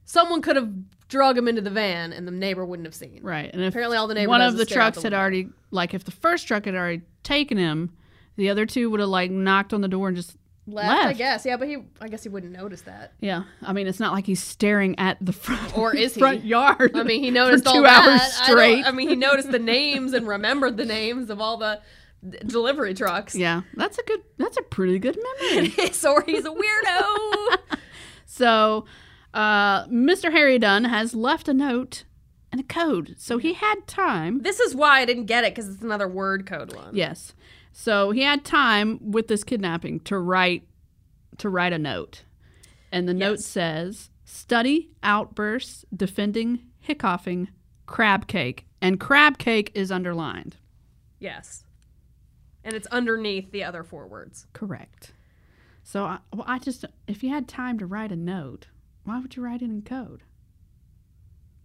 Speaker 2: someone could have drug him into the van and the neighbor wouldn't have seen.
Speaker 1: right. And if
Speaker 2: Apparently, all the neighbor
Speaker 1: one
Speaker 2: does
Speaker 1: of
Speaker 2: is
Speaker 1: the
Speaker 2: stare out
Speaker 1: trucks
Speaker 2: the
Speaker 1: had
Speaker 2: window.
Speaker 1: already like if the first truck had already taken him the other two would have like knocked on the door and just
Speaker 2: left, I
Speaker 1: left.
Speaker 2: guess. Yeah, but he, I guess he wouldn't notice that.
Speaker 1: yeah i mean it's not like he's staring at the front
Speaker 2: Or is he?
Speaker 1: front yard
Speaker 2: I mean, he noticed
Speaker 1: for
Speaker 2: all
Speaker 1: two
Speaker 2: that.
Speaker 1: hours
Speaker 2: I don't-
Speaker 1: straight
Speaker 2: I, mean, he noticed the names and remembered the names of all the d- delivery trucks.
Speaker 1: yeah that's a good that's a pretty good memory
Speaker 2: or he's a weirdo.
Speaker 1: so uh mr harry dunn has left a note and a code so he had time
Speaker 2: this is why I didn't get it because it's another word code one.
Speaker 1: yes so he had time with this kidnapping to write to write a note. And the note
Speaker 2: Yes.
Speaker 1: says study outbursts defending hiccoughing crab cake. And crab cake is underlined.
Speaker 2: Yes. And it's underneath the other four words.
Speaker 1: Correct. So I, well, I just, if you had time to write a note, why would you write it in code?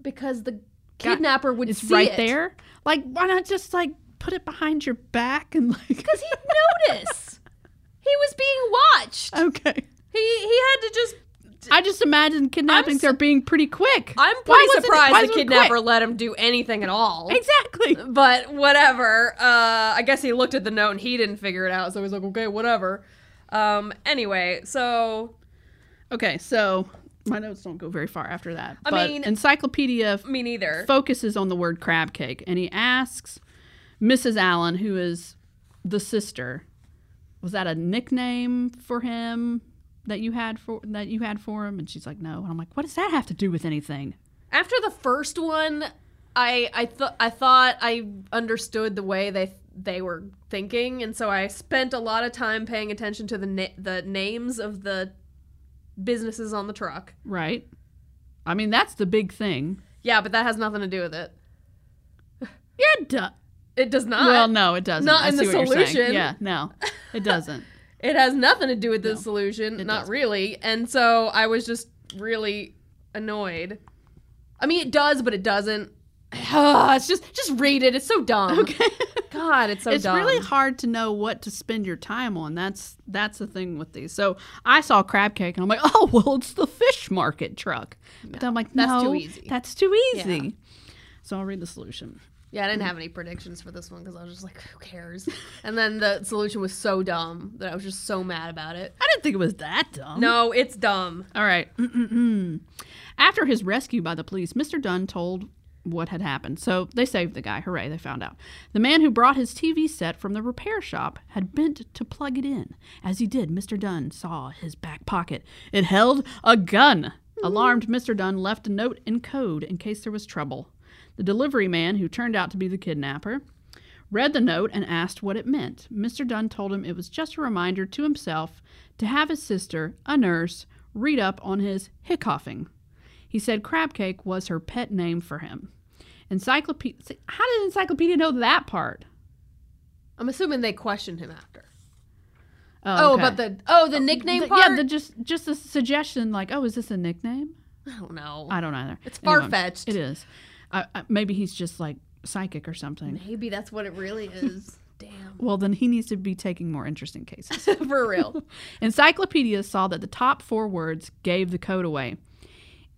Speaker 2: Because the
Speaker 1: Got-
Speaker 2: kidnapper would
Speaker 1: It's
Speaker 2: see
Speaker 1: right
Speaker 2: it.
Speaker 1: there. Like, why not just like put it behind your back and like.
Speaker 2: Because he'd notice. he was being watched.
Speaker 1: Okay.
Speaker 2: He he had to just.
Speaker 1: I just imagine kidnappings
Speaker 2: su-
Speaker 1: are being pretty quick.
Speaker 2: I'm
Speaker 1: Why
Speaker 2: pretty
Speaker 1: wasn't it- why
Speaker 2: surprised the
Speaker 1: wasn't it
Speaker 2: kidnapper let him do anything at all.
Speaker 1: quick? Exactly.
Speaker 2: But whatever. Uh, I guess he looked at the note and he didn't figure it out, so he was like, okay, whatever. Um, anyway, so
Speaker 1: Okay, so my notes don't go very far after that.
Speaker 2: I
Speaker 1: but
Speaker 2: mean-
Speaker 1: encyclopedia f-
Speaker 2: me neither.
Speaker 1: focuses on the word crab cake, and he asks Mrs. Allen, who is the sister, was that a nickname for him that you had for that you had for him? And she's like, no. And I'm like, what does that have to do with anything?
Speaker 2: After the first one, I I thought I thought I understood the way they they were thinking, and so I spent a lot of time paying attention to the na- the names of the businesses on the truck.
Speaker 1: Right? I mean, that's the big thing.
Speaker 2: Yeah, but that has nothing to do with it.
Speaker 1: You're done.
Speaker 2: It does not.
Speaker 1: Well, no, it doesn't.
Speaker 2: not
Speaker 1: I
Speaker 2: in the
Speaker 1: see what you're saying.
Speaker 2: solution.
Speaker 1: Yeah, no, it doesn't.
Speaker 2: It has nothing to do with the solution, not
Speaker 1: doesn't.
Speaker 2: really. And so I was just really annoyed. I mean, it does, but it doesn't. Ugh, it's just just read it. It's so dumb.
Speaker 1: Okay.
Speaker 2: God, it's so
Speaker 1: it's
Speaker 2: dumb.
Speaker 1: really hard to know what to spend your time on. That's that's the thing with these. So I saw crab cake and I'm like, oh well, it's the fish market truck. But I'm like,
Speaker 2: that's
Speaker 1: no,
Speaker 2: too easy.
Speaker 1: That's too easy. So I'll read the solution.
Speaker 2: Yeah, I didn't have any predictions for this one because I was just like, who cares? And then the solution was so dumb that I was just so mad about it.
Speaker 1: I didn't think it was that dumb.
Speaker 2: No, it's dumb.
Speaker 1: All right. After his rescue by the police, Mr. Dunn told what had happened. So they saved the guy. Hooray, they found out. The man who brought his TV set from the repair shop had bent to plug it in. As he did, Mr. Dunn saw his back pocket. It held a gun. Alarmed, Mr. Dunn left a note in code in case there was trouble. The delivery man, who turned out to be the kidnapper, read the note and asked what it meant. Mr. Dunn told him it was just a reminder to himself to have his sister, a nurse, read up on his hiccoughing. He said crab cake was her pet name for him. Encyclopedia. How did Encyclopedia know that part?
Speaker 2: I'm assuming they questioned him after.
Speaker 1: Oh,
Speaker 2: Oh,
Speaker 1: okay.
Speaker 2: but the oh the nickname
Speaker 1: The-
Speaker 2: part.
Speaker 1: Yeah, the, just just a suggestion like, oh, is this a nickname?
Speaker 2: I don't know.
Speaker 1: I don't either.
Speaker 2: It's
Speaker 1: Anyway,
Speaker 2: far-fetched.
Speaker 1: It is. I, I, maybe he's just like psychic or something.
Speaker 2: Maybe that's what it really is. Damn,
Speaker 1: Well, then he needs to be taking more interesting cases.
Speaker 2: for real.
Speaker 1: Encyclopedias saw that the top four words gave the code away.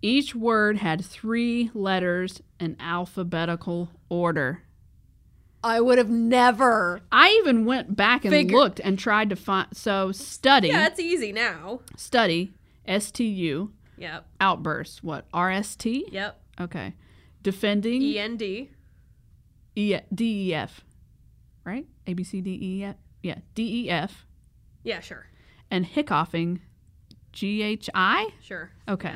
Speaker 1: Each word had three letters in alphabetical order.
Speaker 2: I would have never.
Speaker 1: I even went back and
Speaker 2: Figure-
Speaker 1: looked and tried to find. So study,
Speaker 2: Yeah, it's easy now.
Speaker 1: study, S T U
Speaker 2: Yep.
Speaker 1: outbursts. What R S T?
Speaker 2: Yep.
Speaker 1: Okay, defending
Speaker 2: E N D.
Speaker 1: E D E F, right? A B C D E F. Yeah, D E F
Speaker 2: Yeah, sure,
Speaker 1: and hiccoughing, G H I.
Speaker 2: sure.
Speaker 1: Okay.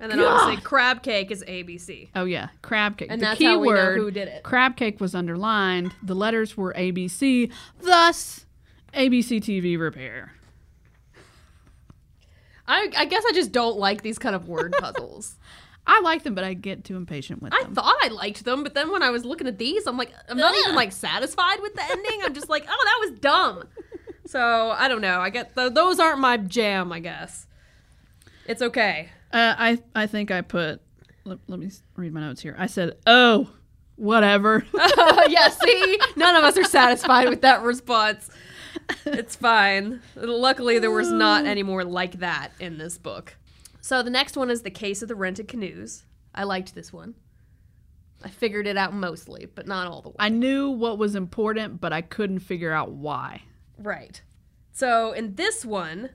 Speaker 2: And then
Speaker 1: God.
Speaker 2: obviously crab cake is A B C.
Speaker 1: Oh yeah, crab cake.
Speaker 2: And
Speaker 1: the
Speaker 2: that's
Speaker 1: key
Speaker 2: how we know
Speaker 1: word,
Speaker 2: who did it.
Speaker 1: Crab cake was underlined. The letters were ABC. Thus, ABC TV repair.
Speaker 2: I, I guess I just don't like these kind of word puzzles.
Speaker 1: I like them, but I get too impatient with
Speaker 2: I
Speaker 1: them.
Speaker 2: thought I liked them, but then when I was looking at these, I'm like, I'm not even like satisfied with the ending. I'm just like, oh, that was dumb. So I don't know. I get th- those aren't my jam. I guess it's okay.
Speaker 1: Uh, I I think I put. Let, let me s- read my notes here. I said, "Oh, whatever."
Speaker 2: yeah. See, none of us are satisfied with that response. It's fine. Luckily, there was not any more like that in this book. So the next one is the case of the rented canoes. I liked this one. I figured it out mostly, but not all the way.
Speaker 1: I knew what was important, but I couldn't figure out why.
Speaker 2: Right. So in this one,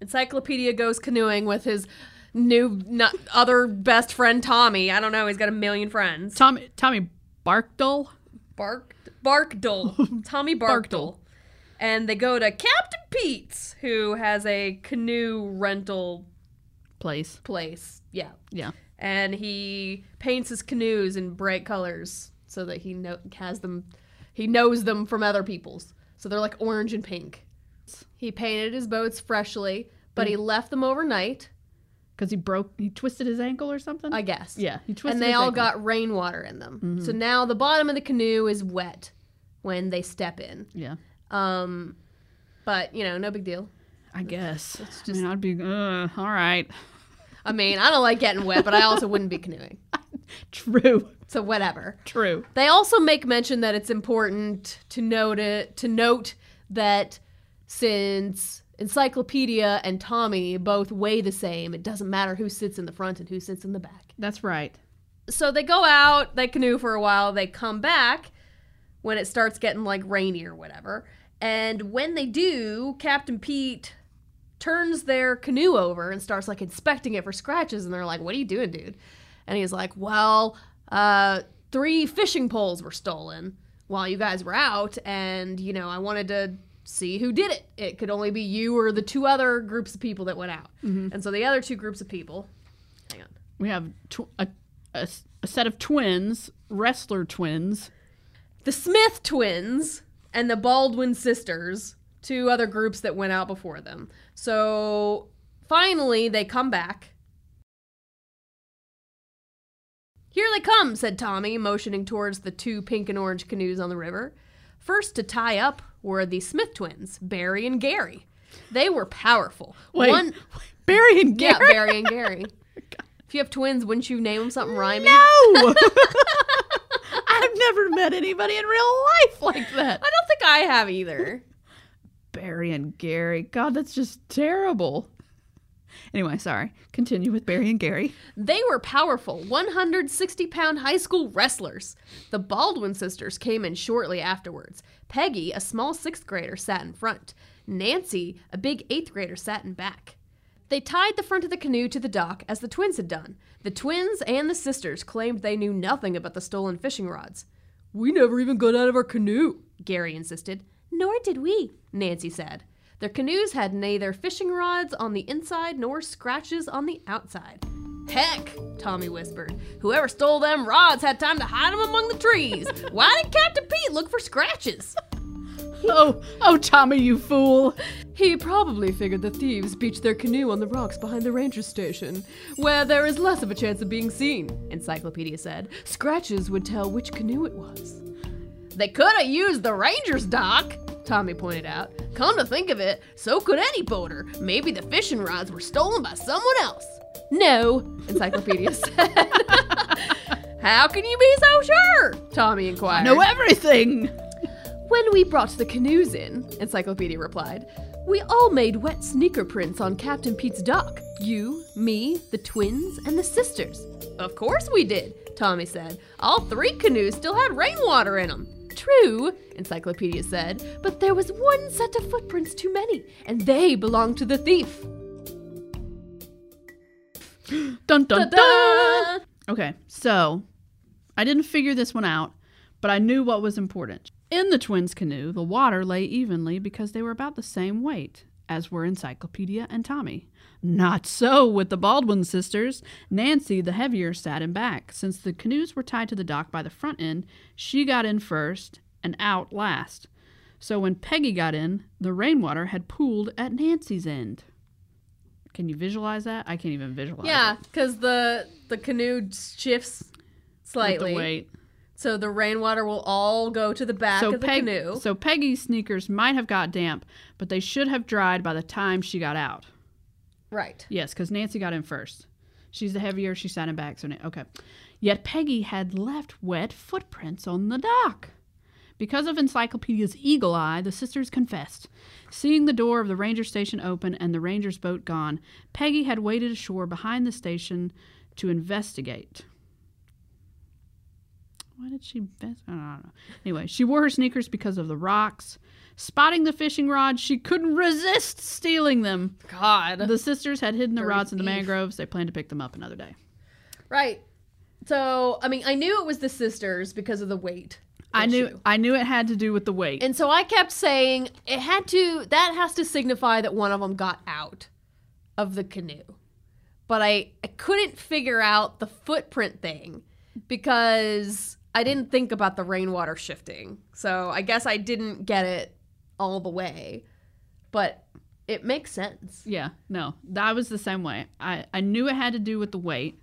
Speaker 2: Encyclopedia goes canoeing with his new not, other best friend Tommy. I don't know. He's got a million friends.
Speaker 1: Tommy Tommy Barkdale.
Speaker 2: Bark Barkdale, Tommy Barkdale. And they go to Captain Pete's, who has a canoe rental
Speaker 1: place.
Speaker 2: place. Yeah.
Speaker 1: Yeah.
Speaker 2: And he paints his canoes in bright colors so that he know- has them he knows them from other people's. So they're like orange and pink. He painted his boats freshly, but he left them overnight,
Speaker 1: Because he broke, he twisted his ankle or something.
Speaker 2: I guess.
Speaker 1: yeah, he twisted.
Speaker 2: And they
Speaker 1: his
Speaker 2: all
Speaker 1: ankle.
Speaker 2: got rainwater in them. So now the bottom of the canoe is wet when they step in.
Speaker 1: Yeah,
Speaker 2: Um, but you know, no big deal.
Speaker 1: I guess.
Speaker 2: It's
Speaker 1: I mean, I'd be uh, all right.
Speaker 2: I mean, I don't like getting wet, but I also wouldn't be canoeing.
Speaker 1: True.
Speaker 2: So whatever.
Speaker 1: True.
Speaker 2: They also make mention that it's important to note it, to note that since Encyclopedia and Tommy both weigh the same, it doesn't matter who sits in the front and who sits in the back.
Speaker 1: That's right.
Speaker 2: So they go out, they canoe for a while, they come back when it starts getting like rainy or whatever. And when they do, Captain Pete turns their canoe over and starts like inspecting it for scratches and they're like, "What are you doing, dude?" And he's like, "Well, uh three fishing poles were stolen while you guys were out and, you know, I wanted to see who did it. It could only be you or the two other groups of people that went out." And so the other two groups of people, hang on.
Speaker 1: We have tw- a, a s- a set of twins, wrestler twins.
Speaker 2: the Smith twins and the Baldwin sisters, two other groups that went out before them. So finally, they come back. Here they come, said Tommy, motioning towards the two pink and orange canoes on the river. First to tie up were the Smith twins, Barry and Gary. They were powerful.
Speaker 1: Wait, Barry and
Speaker 2: yeah,
Speaker 1: Gary.
Speaker 2: Barry and Gary. If you have twins, wouldn't you name them something rhyming?
Speaker 1: No! I've never met anybody in real life like that.
Speaker 2: I don't think I have either.
Speaker 1: Barry and Gary. God, that's just terrible. Anyway, sorry. Continue with Barry and Gary.
Speaker 2: They were powerful 160 pound high school wrestlers. The Baldwin sisters came in shortly afterwards. Peggy, a small sixth grader, sat in front. Nancy, a big eighth grader, sat in back. They tied the front of the canoe to the dock as the twins had done. The twins and the sisters claimed they knew nothing about the stolen fishing rods. We never even got out of our canoe, Gary insisted. Nor did we, Nancy said. Their canoes had neither fishing rods on the inside nor scratches on the outside. Heck, Tommy whispered. Whoever stole them rods had time to hide them among the trees. Why did Captain Pete look for scratches?
Speaker 1: Oh, oh, Tommy, you fool.
Speaker 2: He probably figured the thieves beached their canoe on the rocks behind the ranger station, where there is less of a chance of being seen, Encyclopedia said. Scratches would tell which canoe it was. They could have used the ranger's dock, Tommy pointed out. Come to think of it, so could any boater. Maybe the fishing rods were stolen by someone else. No, Encyclopedia said. How can you be so sure? Tommy inquired.
Speaker 1: Know everything.
Speaker 2: When we brought the canoes in, Encyclopedia replied, we all made wet sneaker prints on Captain Pete's dock. You, me, the twins, and the sisters. Of course we did, Tommy said. All three canoes still had rainwater in them. True, Encyclopedia said, but there was one set of footprints too many, and they belonged to the thief.
Speaker 1: Dun dun dun.
Speaker 2: Ta-da!
Speaker 1: Okay, so I didn't figure this one out, but I knew what was important. In the twins' canoe, the water lay evenly because they were about the same weight as were Encyclopedia and Tommy. Not so with the Baldwin sisters. Nancy, the heavier, sat in back. Since the canoes were tied to the dock by the front end, she got in first and out last. So when Peggy got in, the rainwater had pooled at Nancy's end. Can you visualize that? I can't even visualize.
Speaker 2: Yeah,
Speaker 1: it
Speaker 2: because the the canoe shifts
Speaker 1: with the
Speaker 2: slightly,
Speaker 1: weight.
Speaker 2: so the rainwater will all go to the back of the
Speaker 1: Peg-
Speaker 2: canoe.
Speaker 1: So Peggy's sneakers might have got damp, but they should have dried by the time she got out.
Speaker 2: right.
Speaker 1: Yes, because Nancy got in first. She's the heavier. She's sat in back. So na- okay. Yet Peggy had left wet footprints on the dock. Because of Encyclopedia's eagle eye, the sisters confessed. Seeing the door of the ranger station open and the ranger's boat gone, Peggy had waded ashore behind the station to investigate. Why did she invest? I don't know. I don't know. Anyway, she wore her sneakers because of the rocks. Spotting the fishing rod, she couldn't resist stealing them.
Speaker 2: God.
Speaker 1: The sisters had hidden the
Speaker 2: Dirty
Speaker 1: rods in the
Speaker 2: thief.
Speaker 1: mangroves. They planned to pick them up another day.
Speaker 2: Right. So, I mean, I knew it was the sisters because of the weight.
Speaker 1: I knew
Speaker 2: issue.
Speaker 1: I knew it had to do with the weight.
Speaker 2: And so I kept saying it had to that has to signify that one of them got out of the canoe. But I I couldn't figure out the footprint thing because I didn't think about the rainwater shifting. So I guess I didn't get it all the way. But it makes sense.
Speaker 1: yeah, no. That was the same way. I, I knew it had to do with the weight.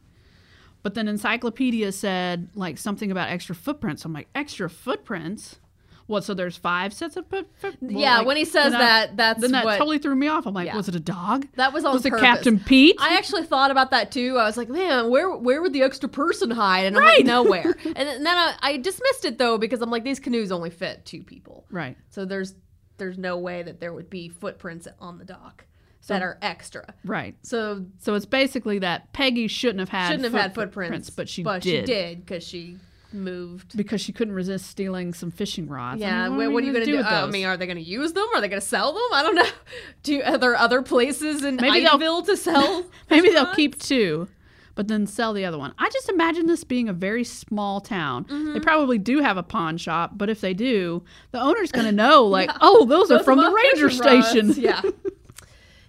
Speaker 1: But then encyclopedia said like something about extra footprints. I'm like, extra footprints? What, so there's five sets of foot, foot- well,
Speaker 2: yeah,
Speaker 1: like,
Speaker 2: when he says
Speaker 1: then I-
Speaker 2: that, that's
Speaker 1: then that
Speaker 2: what
Speaker 1: totally threw me off. I'm like,
Speaker 2: Yeah.
Speaker 1: was it a dog?
Speaker 2: that was on
Speaker 1: was it
Speaker 2: purpose.
Speaker 1: Captain Pete?
Speaker 2: I actually thought about that too. I was like, man, where where would the extra person hide? And I'm
Speaker 1: Right.
Speaker 2: like, nowhere. and then I, I dismissed it though because I'm like, these canoes only fit two people,
Speaker 1: right.
Speaker 2: so there's there's no way that there would be footprints on the dock
Speaker 1: So-
Speaker 2: that are extra.
Speaker 1: Right.
Speaker 2: So
Speaker 1: So it's basically that Peggy shouldn't have had
Speaker 2: shouldn't have had footprints,
Speaker 1: but she
Speaker 2: but
Speaker 1: did.
Speaker 2: she did because she moved.
Speaker 1: because she couldn't resist stealing some fishing rods. I
Speaker 2: Yeah,
Speaker 1: mean,
Speaker 2: what, what are you
Speaker 1: gonna
Speaker 2: going to do?
Speaker 1: with
Speaker 2: Uh, I
Speaker 1: those?
Speaker 2: mean, are they going to use them? Are they going to sell them? I don't know. Do are there other places in
Speaker 1: Maybe they'll-
Speaker 2: Idyllville to sell?
Speaker 1: Maybe
Speaker 2: fishing
Speaker 1: they'll
Speaker 2: rods?
Speaker 1: keep two, but then sell the other one. I just imagine this being a very small town. They
Speaker 2: Mm-hmm.
Speaker 1: probably do have a pawn shop, but if they do, the owner's going to know, like, oh, those, are
Speaker 2: Those
Speaker 1: from the
Speaker 2: motherfucking
Speaker 1: ranger station.
Speaker 2: rods. Yeah.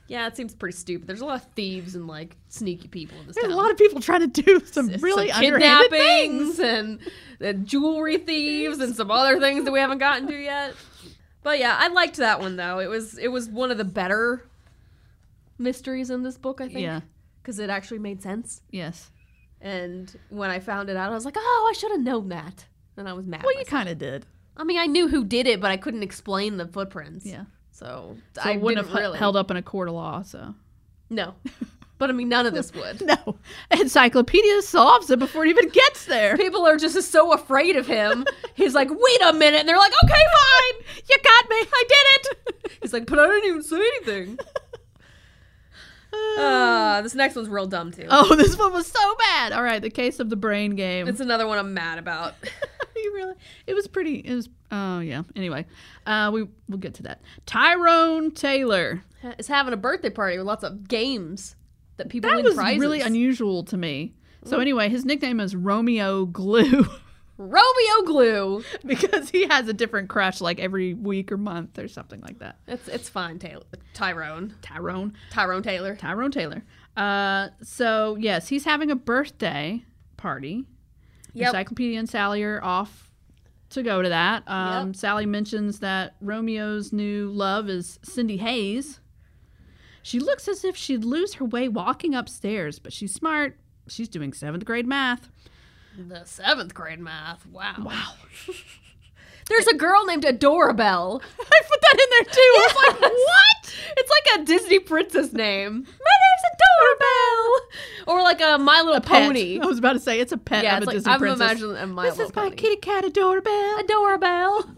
Speaker 2: Yeah, it seems pretty stupid. There's a lot of thieves and like sneaky people in this
Speaker 1: There's
Speaker 2: town.
Speaker 1: a lot of people trying to do some
Speaker 2: There's
Speaker 1: really
Speaker 2: some
Speaker 1: underhanded things.
Speaker 2: kidnappings and, and jewelry thieves and some other things that we haven't gotten to yet. But yeah, I liked that one though. It was it was one of the better mysteries in this book, I think.
Speaker 1: Yeah.
Speaker 2: Because it actually made sense.
Speaker 1: Yes.
Speaker 2: And when I found it out, I was like, oh, I should have known that. And I was mad. at
Speaker 1: Well, you
Speaker 2: myself.
Speaker 1: kind of did.
Speaker 2: I mean, I knew who did it, but I couldn't explain the footprints.
Speaker 1: Yeah.
Speaker 2: So,
Speaker 1: So
Speaker 2: I
Speaker 1: it wouldn't
Speaker 2: didn't
Speaker 1: have
Speaker 2: really
Speaker 1: held up in a court of law. So
Speaker 2: No. But I mean, none of this would.
Speaker 1: No, encyclopedia solves it before it even gets there.
Speaker 2: People are just so afraid of him. He's like, wait a minute. And they're like, okay, fine.
Speaker 1: You got me. I did it.
Speaker 2: He's like, but I didn't even say anything. Uh, this next one's real dumb, too.
Speaker 1: oh, this one was so bad. All right, the case of the brain game.
Speaker 2: It's another one I'm mad about.
Speaker 1: you really it was pretty it was oh yeah anyway uh we we'll get to that tyrone taylor
Speaker 2: It's having a birthday party with lots of games that people
Speaker 1: that
Speaker 2: win
Speaker 1: was
Speaker 2: prizes.
Speaker 1: really unusual to me so anyway his nickname is romeo glue
Speaker 2: Romeo glue.
Speaker 1: because he has a different crush like every week or month or something like that
Speaker 2: It's it's fine, Taylor. Tyrone.
Speaker 1: tyrone
Speaker 2: Tyrone Taylor.
Speaker 1: tyrone taylor uh so yes he's having a birthday party
Speaker 2: Yep.
Speaker 1: Encyclopedia and Sally are off to go to that. Um,
Speaker 2: Yep.
Speaker 1: Sally mentions that Romeo's new love is Cindy Hayes. She looks as if she'd lose her way walking upstairs, but she's smart. She's doing seventh grade math.
Speaker 2: The seventh grade math. Wow. Wow. There's a girl named Adora Bell.
Speaker 1: I put that in there too.
Speaker 2: It's like what? It's like a Disney princess name. My name's Adora Bell. Or like a My Little Pony.
Speaker 1: I was about to say it's a pet
Speaker 2: Yeah,
Speaker 1: of
Speaker 2: it's
Speaker 1: a
Speaker 2: like
Speaker 1: Disney
Speaker 2: I'm
Speaker 1: princess.
Speaker 2: imagining a My
Speaker 1: this
Speaker 2: Little
Speaker 1: is my
Speaker 2: Pony.
Speaker 1: kitty cat Adora Bell.
Speaker 2: Adora Bell.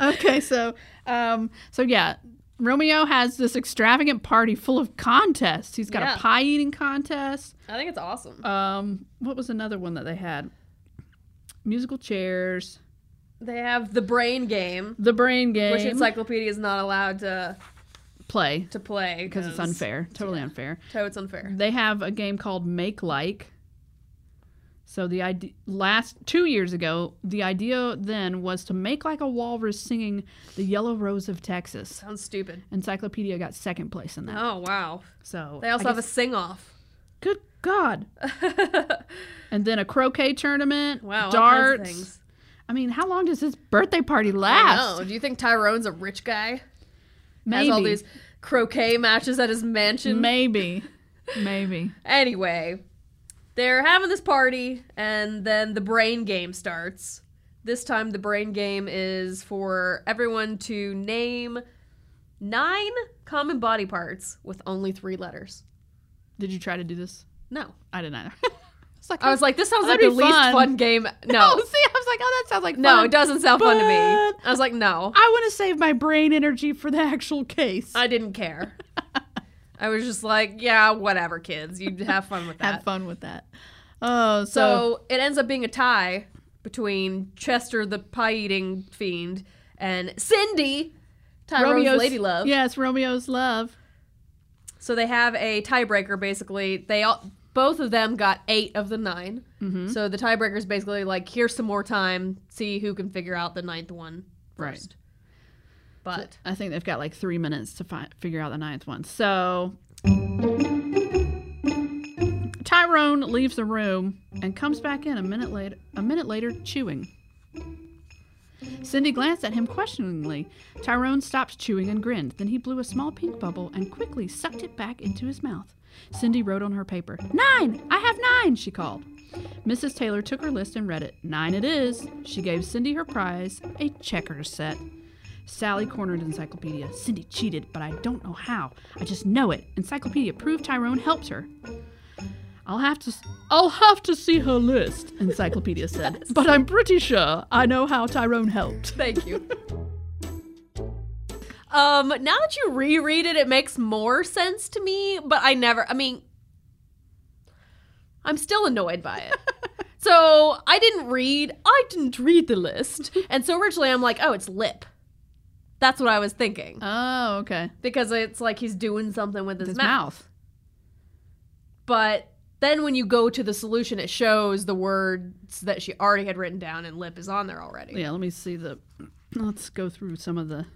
Speaker 1: okay, so um, so yeah, Romeo has this extravagant party full of contests. He's got
Speaker 2: Yeah.
Speaker 1: a pie eating contest.
Speaker 2: I think it's awesome.
Speaker 1: Um, what was another one that they had? Musical chairs,
Speaker 2: They have the brain game,
Speaker 1: the brain game,
Speaker 2: which Encyclopedia is not allowed to
Speaker 1: play
Speaker 2: to play
Speaker 1: because it's unfair, totally unfair.
Speaker 2: So it's unfair.
Speaker 1: They have a game called Make Like. So the idea last two years ago, the idea then was to make like a walrus singing "The Yellow Rose of Texas."
Speaker 2: Sounds stupid.
Speaker 1: Encyclopedia got second place in that.
Speaker 2: Oh wow.
Speaker 1: So
Speaker 2: They also
Speaker 1: I
Speaker 2: have a
Speaker 1: guess-
Speaker 2: sing off.
Speaker 1: good God, and then a croquet tournament,
Speaker 2: wow. all kinds of
Speaker 1: darts.
Speaker 2: things.
Speaker 1: I mean, how long does this birthday party
Speaker 2: I
Speaker 1: last?
Speaker 2: know. Do you think Tyrone's a rich guy?
Speaker 1: Maybe.
Speaker 2: Has all these croquet matches at his mansion.
Speaker 1: Maybe. Maybe.
Speaker 2: Anyway, they're having this party, and then the brain game starts. This time, the brain game is for everyone to name nine common body parts with only three letters.
Speaker 1: Did you try to do this?
Speaker 2: No.
Speaker 1: I didn't either. it's like,
Speaker 2: I was like, this sounds
Speaker 1: That'd
Speaker 2: like the
Speaker 1: be
Speaker 2: least
Speaker 1: fun.
Speaker 2: fun game.
Speaker 1: oh, see,
Speaker 2: No.
Speaker 1: I was like, oh, that sounds like
Speaker 2: No,
Speaker 1: fun.
Speaker 2: it doesn't sound fun to me.
Speaker 1: But-
Speaker 2: I was like, no.
Speaker 1: I want to save my brain energy for the actual case.
Speaker 2: I didn't care. I was just like, yeah, whatever, kids. You have fun with that.
Speaker 1: Have fun with that. Oh, so,
Speaker 2: So it ends up being a tie between Chester the pie eating fiend and Cindy, Tyrone's
Speaker 1: Romeo's
Speaker 2: lady love.
Speaker 1: Yes, Romeo's love.
Speaker 2: So they have a tiebreaker basically. They all both of them got eight of the 9
Speaker 1: Mm-hmm.
Speaker 2: So the tiebreaker is basically like, here's some more time, see who can figure out the ninth one
Speaker 1: Right.
Speaker 2: first. But
Speaker 1: I think they've got like three minutes to fi- figure out the ninth one. So Tyrone leaves the room and comes back in a minute later. A minute later, chewing. Cindy glanced at him questioningly. Tyrone stopped chewing and grinned. Then he blew a small pink bubble and quickly sucked it back into his mouth. Cindy wrote on her paper, Nine! I have nine! she called. Mrs. Taylor took her list and read it. Nine it is. She gave Cindy her prize, a checker set. Sally cornered Encyclopedia. Cindy cheated, but I don't know how. I just know it. Encyclopedia proved Tyrone helped her. I'll have to s- I'll have to see her list, Encyclopedia said. But I'm pretty sure I know how Tyrone helped.
Speaker 2: Thank you. um, now that you reread it, it makes more sense to me, but I never, I mean, I'm still annoyed by it. so I didn't read, I didn't read the list. And so originally I'm like, oh, it's lip. That's what I was thinking.
Speaker 1: Oh, okay.
Speaker 2: Because it's like he's doing something with his,
Speaker 1: His
Speaker 2: mouth.
Speaker 1: mouth.
Speaker 2: But then when you go to the solution, it shows the words that she already had written down, and lip is on there already.
Speaker 1: Yeah, let me see the let's go through some of the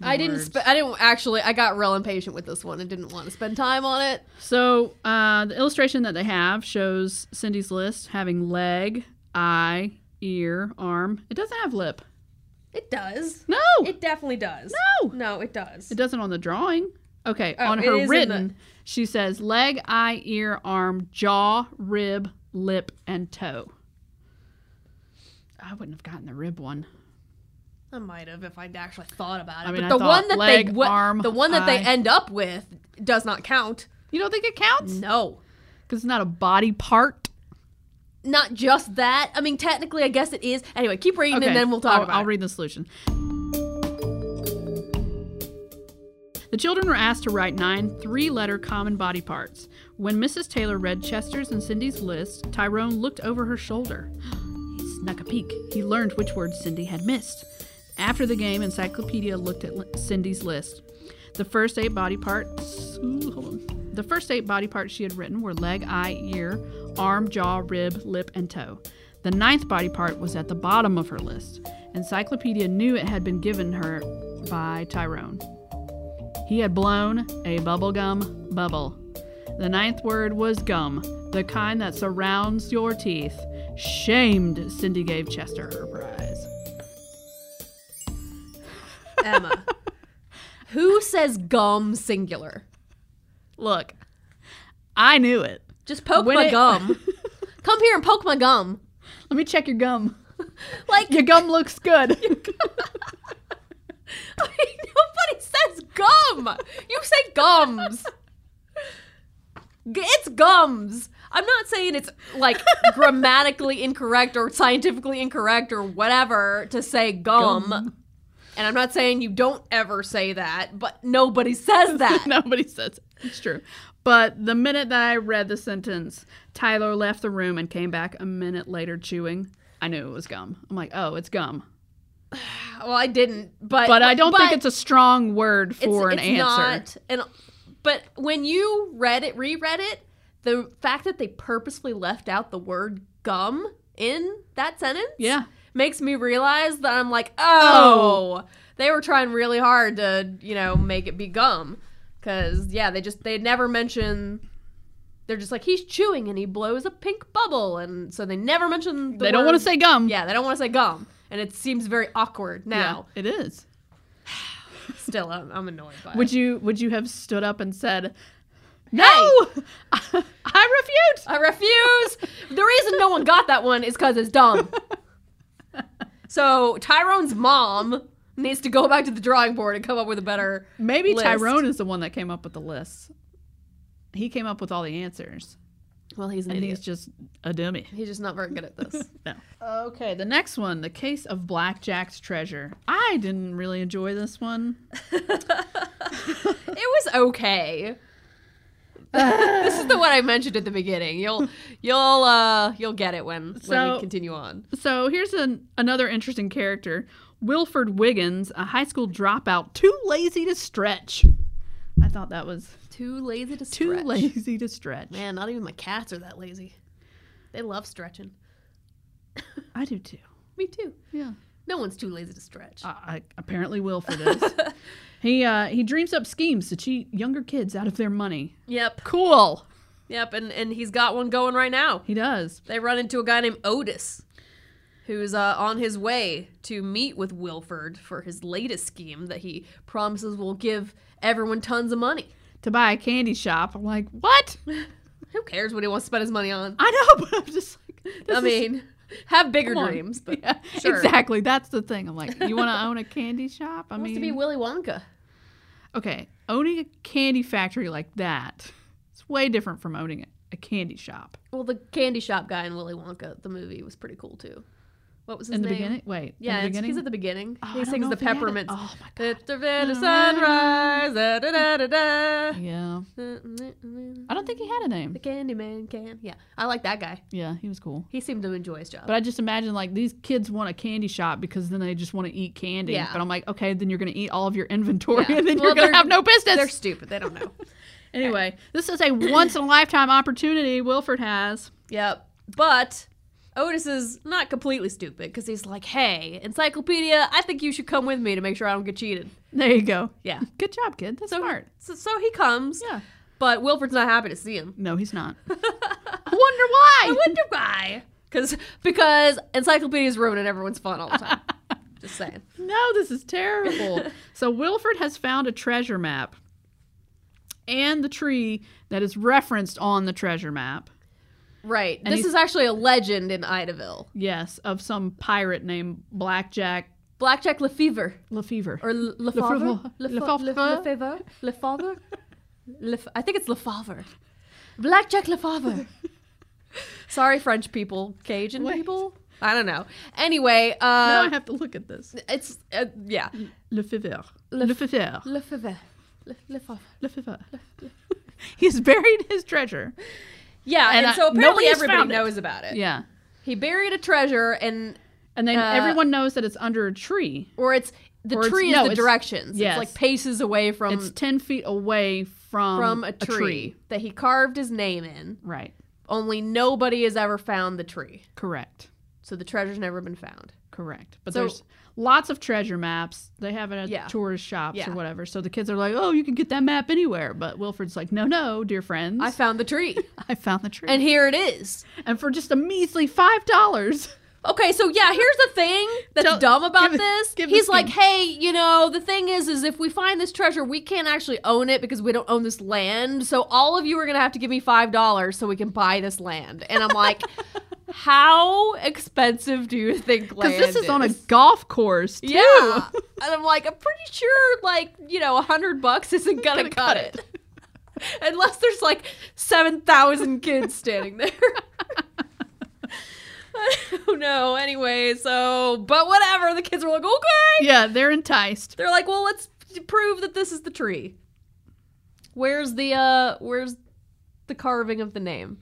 Speaker 2: I didn't.
Speaker 1: words.
Speaker 2: Spe- I didn't actually. I got real impatient with this one and didn't want to spend time on it.
Speaker 1: So uh, the illustration that they have shows Cindy's list having leg, eye, ear, arm. It doesn't have lip.
Speaker 2: It does.
Speaker 1: No.
Speaker 2: It definitely does.
Speaker 1: No!
Speaker 2: No, it does.
Speaker 1: It doesn't on the drawing. Okay,
Speaker 2: Oh,
Speaker 1: on
Speaker 2: it
Speaker 1: her
Speaker 2: is in
Speaker 1: written,
Speaker 2: the-
Speaker 1: she says leg, eye, ear, arm, jaw, rib, lip, and toe. I wouldn't have gotten the rib one.
Speaker 2: I might have if I'd actually thought about it.
Speaker 1: I mean,
Speaker 2: but
Speaker 1: I
Speaker 2: the
Speaker 1: thought
Speaker 2: one that they
Speaker 1: leg,
Speaker 2: wa-
Speaker 1: arm,
Speaker 2: the one that they
Speaker 1: eye.
Speaker 2: end up with does not count.
Speaker 1: You don't think it counts? Because
Speaker 2: No.
Speaker 1: it's not a body part.
Speaker 2: Not just that. I mean, technically, I guess it is. Anyway, keep reading and then we'll talk
Speaker 1: I'll,
Speaker 2: about
Speaker 1: I'll
Speaker 2: it.
Speaker 1: read the solution. The children were asked to write nine three letter common body parts. When Mrs. Taylor read Chester's and Cindy's list, Tyrone looked over her shoulder. He snuck a peek. He learned which words Cindy had missed. After the game, Encyclopedia looked at li- Cindy's list. The first eight body parts. ooh, hold on. The first eight body parts she had written were leg, eye, ear, arm, jaw, rib, lip, and toe. The ninth body part was at the bottom of her list. Encyclopedia knew it had been given her by Tyrone. He had blown a bubblegum bubble. The ninth word was gum, the kind that surrounds your teeth. Shamed, Cindy gave Chester her prize.
Speaker 2: Emma. Who says gum singular?
Speaker 1: Look, I knew it.
Speaker 2: Just poke
Speaker 1: When
Speaker 2: my
Speaker 1: it-
Speaker 2: gum. Come here and poke my gum.
Speaker 1: Let me check your gum.
Speaker 2: Like
Speaker 1: Your gum looks good.
Speaker 2: nobody says gum. You say gums. G- It's gums. I'm not saying it's like grammatically incorrect or scientifically incorrect or whatever to say gum.
Speaker 1: Gum.
Speaker 2: And I'm not saying you don't ever say that, but nobody says that.
Speaker 1: Nobody says it. It's true. But the minute that I read the sentence, Tyler left the room and came back a minute later chewing. I knew it was gum. I'm like, oh, it's gum.
Speaker 2: Well, I didn't, but
Speaker 1: But I don't think
Speaker 2: but-
Speaker 1: it's a strong word for an answer.
Speaker 2: and but when you read it, reread it, the fact that they purposefully left out the word gum in that sentence,
Speaker 1: Yeah.
Speaker 2: makes me realize that I'm like, oh, they were trying really hard to you know make it be gum, because yeah, they just they never mention. They're just like he's chewing and he blows a pink bubble, and so they never mention. The
Speaker 1: they don't want to
Speaker 2: word-
Speaker 1: say gum.
Speaker 2: Yeah, they don't want to say gum, and it seems very awkward now.
Speaker 1: Yeah, it is.
Speaker 2: Still, I'm, I'm annoyed by it.
Speaker 1: Would you would you have stood up and said, "No, I refute."
Speaker 2: I refuse. the reason no one got that one is because it's dumb. so Tyrone's mom needs to go back to the drawing board and come up with a better.
Speaker 1: Maybe
Speaker 2: List.
Speaker 1: Tyrone is the one that came up with the list. He came up with all the answers,
Speaker 2: Well, he's an
Speaker 1: and
Speaker 2: idiot.
Speaker 1: he's just a dummy.
Speaker 2: He's just not very good at this.
Speaker 1: No. Okay, the next one, the case of Blackjack's treasure. I didn't really enjoy this one.
Speaker 2: it was okay. this is the one I mentioned at the beginning. You'll you'll uh you'll get it when when
Speaker 1: So-
Speaker 2: we continue on.
Speaker 1: So here's an, another interesting character Wilford Wiggins, a high school dropout, too lazy to stretch. I thought that was
Speaker 2: Too lazy to stretch.
Speaker 1: too lazy to stretch.
Speaker 2: Man, not even my cats are that lazy. They love stretching.
Speaker 1: I do too.
Speaker 2: Me too.
Speaker 1: Yeah.
Speaker 2: No one's too lazy to stretch.
Speaker 1: Uh, I, apparently, Wilford is. he uh, he dreams up schemes to cheat younger kids out of their money.
Speaker 2: Yep.
Speaker 1: Cool.
Speaker 2: Yep, and, and he's got one going right now.
Speaker 1: He does.
Speaker 2: They run into a guy named Otis, who's uh, on his way to meet with Wilford for his latest scheme that he promises will give everyone tons of money.
Speaker 1: To buy a candy shop. I'm like, what?
Speaker 2: Who cares what he wants to spend his money on?
Speaker 1: I know, but I'm just like, this
Speaker 2: I
Speaker 1: is-
Speaker 2: mean, have bigger
Speaker 1: come on.
Speaker 2: dreams, but
Speaker 1: Yeah,
Speaker 2: sure.
Speaker 1: exactly. That's the thing. I'm like, you want to own a candy shop? I
Speaker 2: Wants
Speaker 1: mean,
Speaker 2: to be Willy Wonka.
Speaker 1: okay, owning a candy factory like that, it's way different from owning a, a candy shop.
Speaker 2: Well, the candy shop guy in Willy Wonka, the movie, was pretty cool too. What was his
Speaker 1: in the
Speaker 2: name?
Speaker 1: beginning, wait, in
Speaker 2: Yeah,
Speaker 1: the
Speaker 2: it's-
Speaker 1: beginning,
Speaker 2: he's at the beginning.
Speaker 1: Oh, I
Speaker 2: he
Speaker 1: don't
Speaker 2: sings
Speaker 1: know
Speaker 2: the
Speaker 1: if he had it.
Speaker 2: peppermints.
Speaker 1: Oh my god,
Speaker 2: It's the red of sunrise. Da, da, da, da, da.
Speaker 1: yeah. I
Speaker 2: The
Speaker 1: don't think he had a name.
Speaker 2: Candyman can. Yeah, I like that guy.
Speaker 1: Yeah, he was cool.
Speaker 2: He seemed to enjoy his job.
Speaker 1: But I just imagine like these kids want a candy shop because then they just want to eat candy.
Speaker 2: Yeah.
Speaker 1: But I'm like, okay, then you're going to eat all of your inventory
Speaker 2: Yeah.
Speaker 1: and then
Speaker 2: Well,
Speaker 1: you're going
Speaker 2: they're-
Speaker 1: to have no business.
Speaker 2: They're stupid. They don't know.
Speaker 1: anyway, this is a once in a lifetime opportunity Wilford has.
Speaker 2: yep. But Otis is not completely stupid because he's like, hey, Encyclopedia, I think you should come with me to make sure I don't get cheated.
Speaker 1: There you go.
Speaker 2: Yeah.
Speaker 1: Good job, kid. That's smart.
Speaker 2: So, so he comes.
Speaker 1: Yeah.
Speaker 2: But Wilfred's not happy to see him.
Speaker 1: No, he's not. I wonder why.
Speaker 2: I wonder why. Cause, because Encyclopedia's ruining everyone's fun all the time. Just saying.
Speaker 1: No, this is terrible. so Wilford has found a treasure map and the tree that is referenced on the treasure map.
Speaker 2: Right.
Speaker 1: And
Speaker 2: this
Speaker 1: he's-
Speaker 2: is actually a legend in Idaville.
Speaker 1: Yes, of some pirate named Blackjack
Speaker 2: Blackjack Lefevre
Speaker 1: Lefevre.
Speaker 2: or Le- Lefevre.
Speaker 1: Lefevre.
Speaker 2: Lefevre. Lefevre. Lefevre. Lef- I think it's Lefevre. Blackjack Lefevre. Sorry, French people, Cajun
Speaker 1: Wait.
Speaker 2: people. I don't know. Anyway,
Speaker 1: now I
Speaker 2: uh,
Speaker 1: have to look at this.
Speaker 2: it's uh, yeah,
Speaker 1: Lefevre.
Speaker 2: Lef-
Speaker 1: Lefevre.
Speaker 2: Lefevre. Le- Lefevre.
Speaker 1: Lefevre. He's buried his treasure.
Speaker 2: Yeah, and,
Speaker 1: And, uh,
Speaker 2: so apparently
Speaker 1: nobody's
Speaker 2: everybody
Speaker 1: found it.
Speaker 2: knows about it.
Speaker 1: Yeah.
Speaker 2: He buried a treasure, and
Speaker 1: And then
Speaker 2: Uh,
Speaker 1: everyone knows that it's under a tree.
Speaker 2: or it's the
Speaker 1: Or it's-
Speaker 2: tree
Speaker 1: no,
Speaker 2: is the
Speaker 1: it's-
Speaker 2: directions.
Speaker 1: yes.
Speaker 2: It's like paces away from
Speaker 1: it's 10 feet away um, from,
Speaker 2: from a tree, that he carved his name in.
Speaker 1: Right.
Speaker 2: Only nobody has ever found the tree,
Speaker 1: Correct.
Speaker 2: so the treasure's never been found.
Speaker 1: Correct. But
Speaker 2: So-
Speaker 1: there's lots of treasure maps. They have it at
Speaker 2: Yeah.
Speaker 1: tourist shops
Speaker 2: Yeah.
Speaker 1: or whatever. So the kids are like, oh, you can get that map anywhere. But Wilfred's like, no, no, dear friends. I
Speaker 2: I found the tree,
Speaker 1: found the tree.
Speaker 2: and here it is.
Speaker 1: and for just a measly $5.
Speaker 2: Okay, so yeah, here's the thing that's
Speaker 1: Tell-
Speaker 2: dumb about
Speaker 1: give it-
Speaker 2: this.
Speaker 1: give
Speaker 2: He's
Speaker 1: the
Speaker 2: like,
Speaker 1: scheme.
Speaker 2: hey, you know, the thing is, is if we find this treasure, we can't actually own it because we don't own this land. So all of you are gonna have to give me five dollars so we can buy this land. And I'm like, how expensive do you think land?
Speaker 1: Because this is on a
Speaker 2: is?
Speaker 1: golf course, too.
Speaker 2: yeah. and I'm like, I'm pretty sure, like, you know, a hundred bucks isn't gonna,
Speaker 1: Gonna cut
Speaker 2: cut, it. Unless there's like seven thousand kids standing there. I don't know. Anyway, so but whatever. The kids were like, okay.
Speaker 1: Yeah, they're enticed.
Speaker 2: They're like, well, let's prove that this is the tree. Where's the uh? Where's the carving of the name?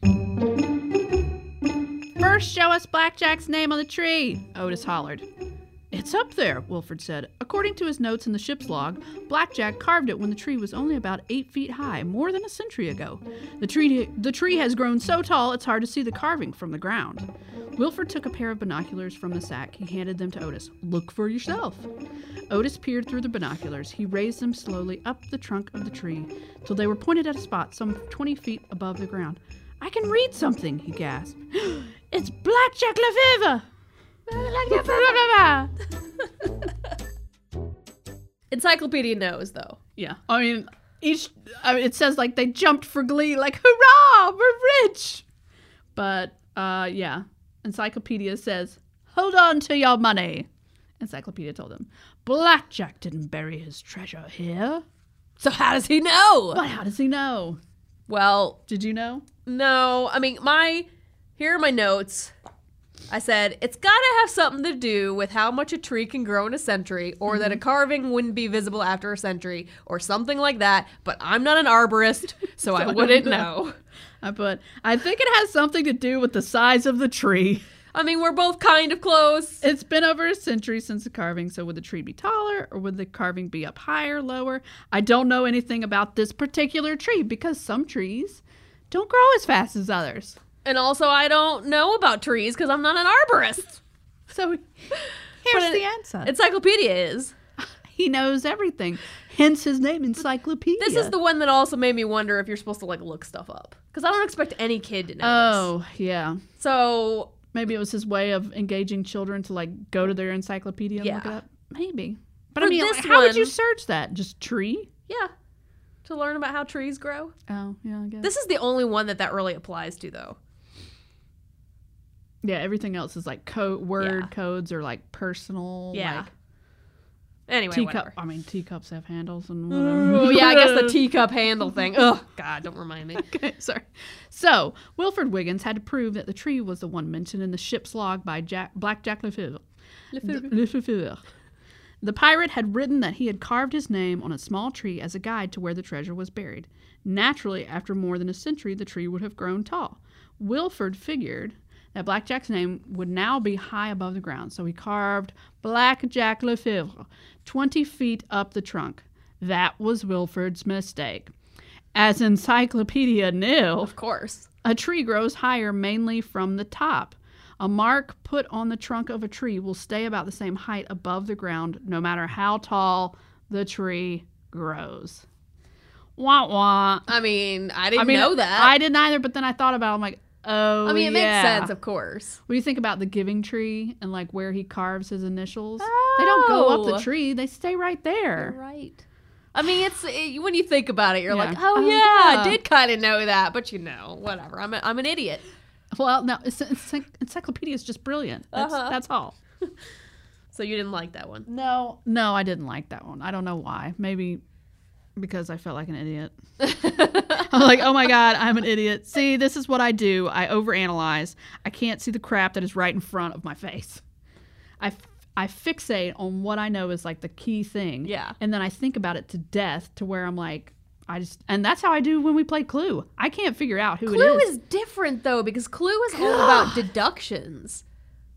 Speaker 1: First, show us Blackjack's name on the tree, Otis hollered. It's up there, Wilfred said. According to his notes in the ship's log, Blackjack carved it when the tree was only about eight feet high, more than a century ago. The tree, the tree has grown so tall it's hard to see the carving from the ground. Wilfred took a pair of binoculars from the sack. He handed them to Otis. Look for yourself. Otis peered through the binoculars. He raised them slowly up the trunk of the tree till they were pointed at a spot some 20 feet above the ground. I can read something, he gasped. it's Blackjack Lefevre!
Speaker 2: Encyclopedia knows though.
Speaker 1: yeah. I mean, each, I mean, it says like they jumped for glee, like, hurrah, we're rich! But, uh, yeah. Encyclopedia says, hold on to your money. Encyclopedia told him, Blackjack didn't bury his treasure here.
Speaker 2: So how does he know?
Speaker 1: But how does he know?
Speaker 2: Well,
Speaker 1: Did you know?
Speaker 2: No, I mean my here are my notes. I said it's got to have something to do with how much a tree can grow in a century or that
Speaker 1: Mm-hmm.
Speaker 2: a carving wouldn't be visible after a century or something like that, but I'm not an arborist, so, I
Speaker 1: don't
Speaker 2: wouldn't
Speaker 1: know.
Speaker 2: know.
Speaker 1: I put, Uh, I think it has something to do with the size of the tree.
Speaker 2: I mean, we're both kind of close.
Speaker 1: It's been over a century since the carving, so would the tree be taller or would the carving be up higher, lower? I don't know anything about this particular tree because some trees don't grow as fast as others.
Speaker 2: And also I don't know about trees cuz I'm not an arborist.
Speaker 1: So here's
Speaker 2: But
Speaker 1: the
Speaker 2: it-
Speaker 1: answer.
Speaker 2: Encyclopedia is.
Speaker 1: he knows everything, hence his name, Encyclopedia.
Speaker 2: This is the one that also made me wonder if you're supposed to like look stuff up cuz I don't expect any kid to know. this.
Speaker 1: Oh, yeah.
Speaker 2: So,
Speaker 1: Maybe it was his way of engaging children to like go to their encyclopedia and look it
Speaker 2: Yeah.
Speaker 1: up. Maybe. But I
Speaker 2: For
Speaker 1: mean,
Speaker 2: this
Speaker 1: like, how would you
Speaker 2: one-
Speaker 1: search that? Just tree?
Speaker 2: yeah. To learn about how trees grow.
Speaker 1: Oh, yeah, I guess.
Speaker 2: This is the only one that that really applies to, though.
Speaker 1: yeah, everything else is like co- word
Speaker 2: Yeah.
Speaker 1: codes or like personal.
Speaker 2: Yeah.
Speaker 1: Like,
Speaker 2: Anyway,
Speaker 1: teacup.
Speaker 2: whatever.
Speaker 1: I mean, teacups have handles and
Speaker 2: Oh
Speaker 1: whatever.
Speaker 2: yeah, I guess the teacup handle thing. Ugh, God, don't remind me.
Speaker 1: Okay, sorry. So, Wilfred Wiggins had to prove that the tree was the one mentioned in the ship's log by Jack, Black Jack Lefevre. Lefevre. The pirate had written that he had carved his name on a small tree as a guide to where the treasure was buried. Naturally, after more than a century, the tree would have grown tall. Wilford figured that Black Jack's name would now be high above the ground, so he carved Black Jack Lefevre 20 feet up the trunk. That was Wilford's mistake. As Encyclopedia knew,
Speaker 2: Of course.
Speaker 1: a tree grows higher mainly from the top. A mark put on the trunk of a tree will stay about the same height above the ground no matter how tall the tree grows. Wah wah.
Speaker 2: I mean, I didn't
Speaker 1: I mean,
Speaker 2: know that.
Speaker 1: I didn't either, but then I thought about it. I'm like, oh,
Speaker 2: I mean, it
Speaker 1: yeah.
Speaker 2: makes sense, of course.
Speaker 1: When you think about the giving tree and like where he carves his initials, they don't go up
Speaker 2: Oh.
Speaker 1: the tree, they stay right there.
Speaker 2: Right. I mean, it's it, when you think about it, you're
Speaker 1: Yeah.
Speaker 2: like, oh,
Speaker 1: Oh,
Speaker 2: yeah, I
Speaker 1: yeah.
Speaker 2: did kind of know that, but you know, whatever. I'm, a, I'm an idiot.
Speaker 1: Well, no, it's- it's- encyclopedia is just brilliant. That's,
Speaker 2: Uh-huh.
Speaker 1: that's all.
Speaker 2: So you didn't like that one.
Speaker 1: No, no, I didn't like that one. I don't know why. Maybe because I felt like an idiot. I'm like, oh my god, I'm an idiot. See, this is what I do. I overanalyze. I can't see the crap that is right in front of my face. I, f- I fixate on what I know is like the key thing.
Speaker 2: Yeah.
Speaker 1: And then I think about it to death to where I'm like, I just, and that's how I do when we play Clue. I can't figure out who
Speaker 2: Clue
Speaker 1: it is.
Speaker 2: is different though because Clue is all about deductions.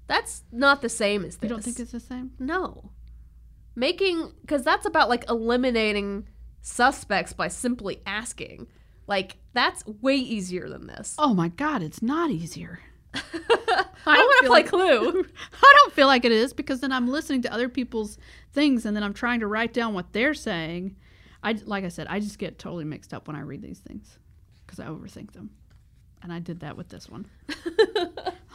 Speaker 2: That's not the same as this.
Speaker 1: you don't think it's the same?
Speaker 2: no making because that's about like eliminating suspects by simply asking. Like that's way easier than this.
Speaker 1: Oh my god, it's not easier.
Speaker 2: I
Speaker 1: don't
Speaker 2: want to
Speaker 1: feel
Speaker 2: play
Speaker 1: like-
Speaker 2: Clue.
Speaker 1: I don't feel like it is because then I'm listening to other people's things and then I'm trying to write down what they're saying. I like I said, I just get totally mixed up when I read these things because I overthink them, and I did that with this one.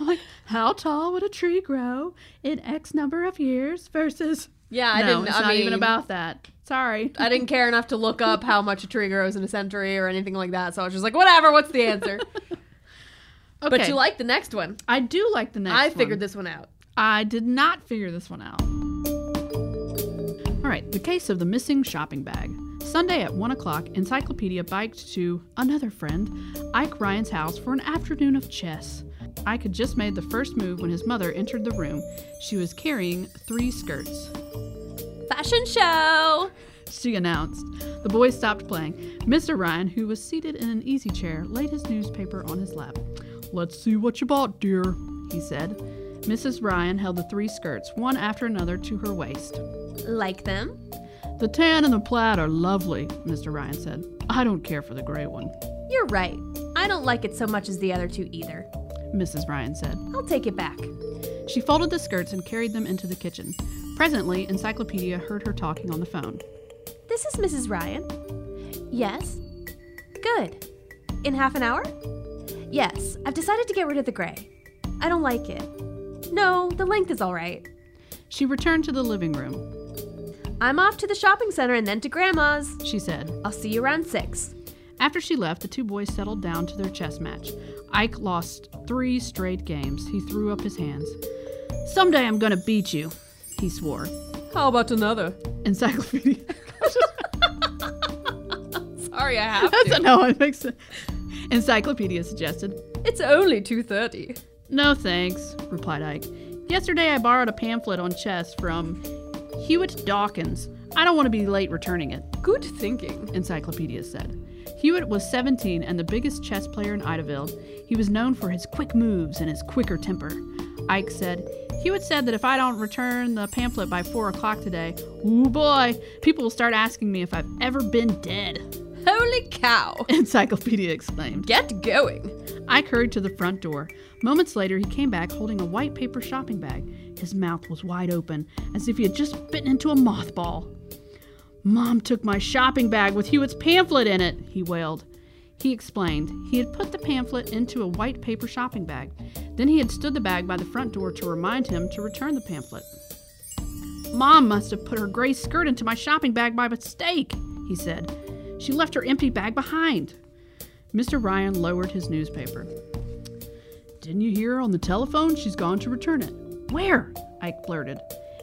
Speaker 1: I'm like, how tall would a tree grow in X number of years versus?
Speaker 2: yeah, I
Speaker 1: no,
Speaker 2: didn't.
Speaker 1: it's
Speaker 2: I
Speaker 1: not even
Speaker 2: mean,
Speaker 1: about that. Sorry.
Speaker 2: I didn't care enough to look up how much a tree grows in a century or anything like that. So I was just like, whatever. What's the answer?
Speaker 1: Okay.
Speaker 2: But you like the next one.
Speaker 1: I do like the next.
Speaker 2: I
Speaker 1: one.
Speaker 2: figured this one out.
Speaker 1: I did not figure this one out. All right, the case of the missing shopping bag. Sunday at 1 o'clock, Encyclopedia biked to another friend, Ike Ryan's house, for an afternoon of chess. Ike had just made the first move when his mother entered the room. She was carrying three skirts.
Speaker 2: Fashion show.
Speaker 1: She announced. The boys stopped playing. Mr. Ryan, who was seated in an easy chair, laid his newspaper on his lap. Let's see what you bought, dear, he said. Mrs. Ryan held the three skirts, one after another, to her waist.
Speaker 2: Like them?
Speaker 1: The tan and the plaid are lovely, Mr. Ryan said. I don't care for the gray one,
Speaker 2: You're right. I don't like it so much as the other two either.
Speaker 1: Mrs. Ryan said.
Speaker 2: I'll take it back.
Speaker 1: She folded the skirts and carried them into the kitchen. Presently, Encyclopedia heard her talking on the phone.
Speaker 2: This is Mrs. Ryan. Yes. Good. In half an hour? Yes, I've decided to get rid of the gray. I don't like it. No, the length is all right.
Speaker 1: She returned to the living room.
Speaker 2: I'm off to the shopping center and then to Grandma's.
Speaker 1: She said,
Speaker 2: I'll see you around six.
Speaker 1: After she left, the two boys settled down to their chess match. Ike lost three straight games. He threw up his hands. Someday I'm gonna beat you, he swore.
Speaker 2: How about another?
Speaker 1: Encyclopedia.
Speaker 2: Sorry, I have
Speaker 1: That's no, it makes sense. Encyclopedia suggested.
Speaker 2: It's only 2.30.
Speaker 1: No thanks, replied Ike. Yesterday I borrowed a pamphlet on chess from Hewitt Dawkins. I don't want to be late returning it,
Speaker 2: Good thinking.
Speaker 1: Encyclopedia said. Hewitt was 17 and the biggest chess player in Idaville. He was known for his quick moves and his quicker temper. Ike said, Hewitt said that if I don't return the pamphlet by 4 o'clock today, ooh boy, people will start asking me if I've ever been dead,
Speaker 2: Holy cow.
Speaker 1: Encyclopedia exclaimed.
Speaker 2: Get going.
Speaker 1: Ike hurried to the front door. Moments later, he came back holding a white paper shopping bag. His mouth was wide open, as if he had just bitten into a mothball. Mom took my shopping bag with Hewitt's pamphlet in it, he wailed. He explained. He had put the pamphlet into a white paper shopping bag. Then he had stood the bag by the front door to remind him to return the pamphlet. Mom must have put her gray skirt into my shopping bag by mistake, he said. She left her empty bag behind. Mr. Ryan lowered his newspaper. Didn't you hear on the telephone? She's gone to return it. Where? Ike blurted.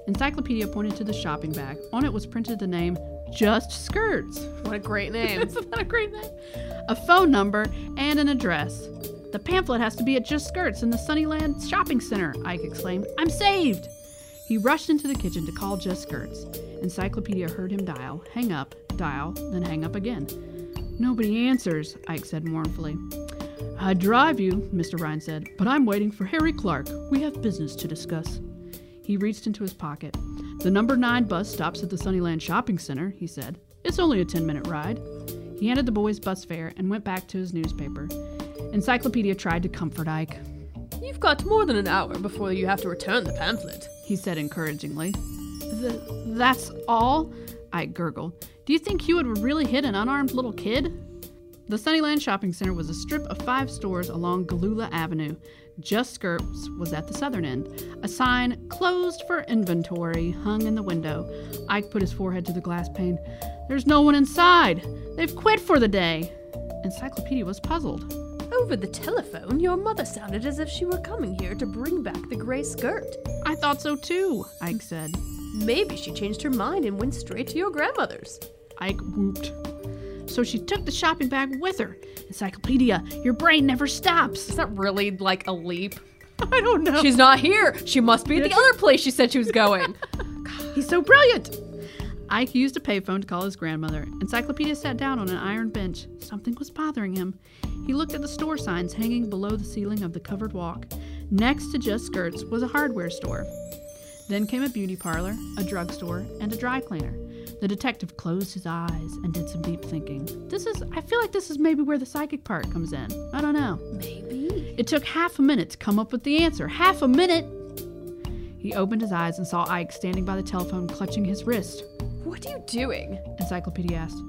Speaker 1: Encyclopedia pointed to the shopping bag. On it was printed the name Just Skirts.
Speaker 2: What a great name.
Speaker 1: Isn't that a great name? A phone number and an address. The pamphlet has to be at Just Skirts in the Sunnyland Shopping Center, Ike exclaimed. I'm saved! He rushed into the kitchen to call Just Skirts. Encyclopedia heard him dial, hang up, dial, then hang up again. Nobody answers, Ike said mournfully. I drive you, Mr. Ryan said, but I'm waiting for Harry Clark. We have business to discuss. He reached into his pocket. The number nine bus stops at the Sunnyland Shopping Center, he said. It's only a 10 minute ride. He handed the boys bus fare and went back to his newspaper. Encyclopedia tried to comfort Ike.
Speaker 2: You've got more than an hour before you have to return the pamphlet.
Speaker 1: He said encouragingly. Th- that's all? Ike gurgled. Do you think Hewitt would really hit an unarmed little kid? The Sunnyland Shopping Center was a strip of five stores along Galula Avenue. Just Skirts was at the southern end. A sign, closed for inventory, hung in the window. Ike put his forehead to the glass pane. There's no one inside. They've quit for the day. Encyclopedia was puzzled.
Speaker 2: Over the telephone, your mother sounded as if she were coming here to bring back the gray skirt.
Speaker 1: I thought so too, Ike said.
Speaker 2: Maybe she changed her mind and went straight to your grandmother's.
Speaker 1: Ike whooped. So she took the shopping bag with her. Encyclopedia, your brain never stops.
Speaker 2: Is that really like a leap?
Speaker 1: I don't know.
Speaker 2: She's not here. She must be at the other place she said she was going.
Speaker 1: He's so brilliant. Ike used a payphone to call his grandmother. Encyclopedia sat down on an iron bench. Something was bothering him. He looked at the store signs hanging below the ceiling of the covered walk. Next to Just Skirts was a hardware store. Then came a beauty parlor, a drugstore, and a dry cleaner. The detective closed his eyes and did some deep thinking. This is, I feel like this is maybe where the psychic part comes in. I don't know.
Speaker 2: Maybe.
Speaker 1: It took half a minute to come up with the answer. Half a minute! He opened his eyes and saw Ike standing by the telephone clutching his wrist.
Speaker 2: What are you doing?
Speaker 1: Encyclopedia asked.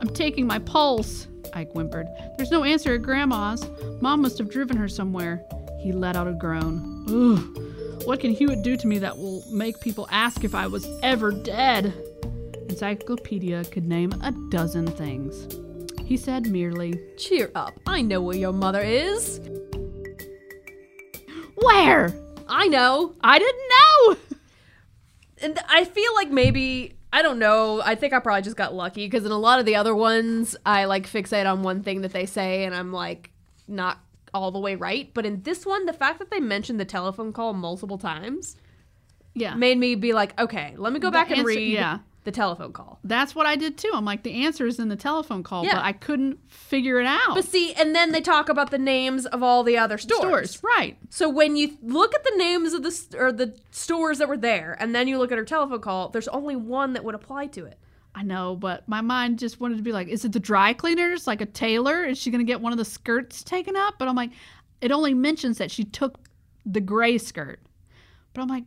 Speaker 1: I'm taking my pulse, Ike whimpered. There's no answer at Grandma's. Mom must have driven her somewhere. He let out a groan. Ugh, what can Hewitt do to me that will make people ask if I was ever dead? Encyclopedia could name a dozen things. He said merely,
Speaker 2: Cheer up. I know where your mother is.
Speaker 1: Where?
Speaker 2: I know.
Speaker 1: I didn't know!
Speaker 2: And I feel like maybe I don't know. I think I probably just got lucky because in a lot of the other ones, I like fixate on one thing that they say, and I'm like not all the way right. But in this one, the fact that they mentioned the telephone call multiple times
Speaker 1: Yeah.
Speaker 2: made me be like, okay, let me go
Speaker 1: The
Speaker 2: back and
Speaker 1: answer-
Speaker 2: read
Speaker 1: yeah.
Speaker 2: the telephone call.
Speaker 1: That's what I did too. I'm like, the answer is in the telephone call,
Speaker 2: Yeah.
Speaker 1: but I couldn't figure it out.
Speaker 2: But see, and then they talk about the names of all the other stores.
Speaker 1: Stores, right.
Speaker 2: So when you look at the names of the st- or the stores that were there, and then you look at her telephone call, there's only one that would apply to it.
Speaker 1: I know, but my mind just wanted to be like, is it the dry cleaners? Like a tailor? Is she going to get one of the skirts taken up? But I'm like, it only mentions that she took the gray skirt. But I'm like,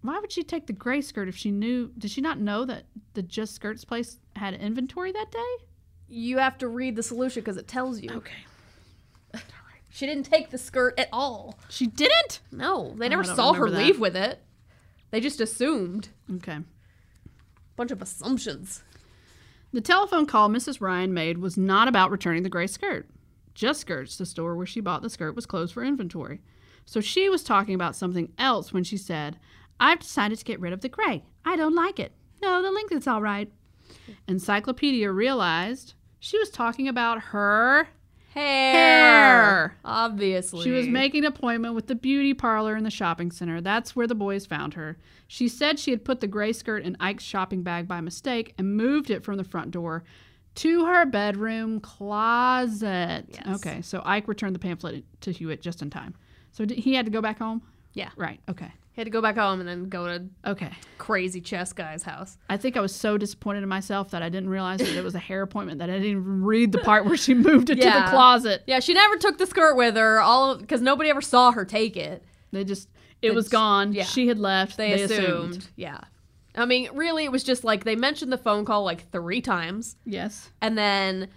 Speaker 1: why would she take the gray skirt if she knew? Did she not know that the Just Skirts place had inventory that day?
Speaker 2: You have to read the solution because it tells you.
Speaker 1: Okay.
Speaker 2: She didn't take the skirt at all.
Speaker 1: She didn't?
Speaker 2: No, they never
Speaker 1: I don't
Speaker 2: saw her
Speaker 1: remember that.
Speaker 2: leave with it. They just assumed.
Speaker 1: Okay.
Speaker 2: Bunch of assumptions.
Speaker 1: The telephone call Mrs. Ryan made was not about returning the gray skirt. Just Skirts, the store where she bought the skirt, was closed for inventory. So she was talking about something else when she said, I've decided to get rid of the gray. I don't like it. No, the length is all right. Encyclopedia realized she was talking about her.
Speaker 2: Hair.
Speaker 1: Hair.
Speaker 2: Obviously.
Speaker 1: She was making an appointment with the beauty parlor in the shopping center. That's where the boys found her. She said she had put the gray skirt in Ike's shopping bag by mistake and moved it from the front door to her bedroom closet.
Speaker 2: Yes.
Speaker 1: Okay, so Ike returned the pamphlet to Hewitt just in time. So did, he had to go back home?
Speaker 2: Yeah.
Speaker 1: Right, okay.
Speaker 2: Had to go back home and then go to
Speaker 1: Okay.
Speaker 2: crazy chess guy's house.
Speaker 1: I think I was so disappointed in myself that I didn't realize that it was a hair appointment that I didn't even read the part where she moved it to the
Speaker 2: Yeah.
Speaker 1: closet.
Speaker 2: Yeah, she never took the skirt with her. All because nobody ever saw her take it.
Speaker 1: They just, it
Speaker 2: They
Speaker 1: was
Speaker 2: just-
Speaker 1: gone.
Speaker 2: yeah.
Speaker 1: She had left.
Speaker 2: They, assumed. Yeah. I mean, really, it was just like they mentioned the phone call like three times.
Speaker 1: Yes.
Speaker 2: and then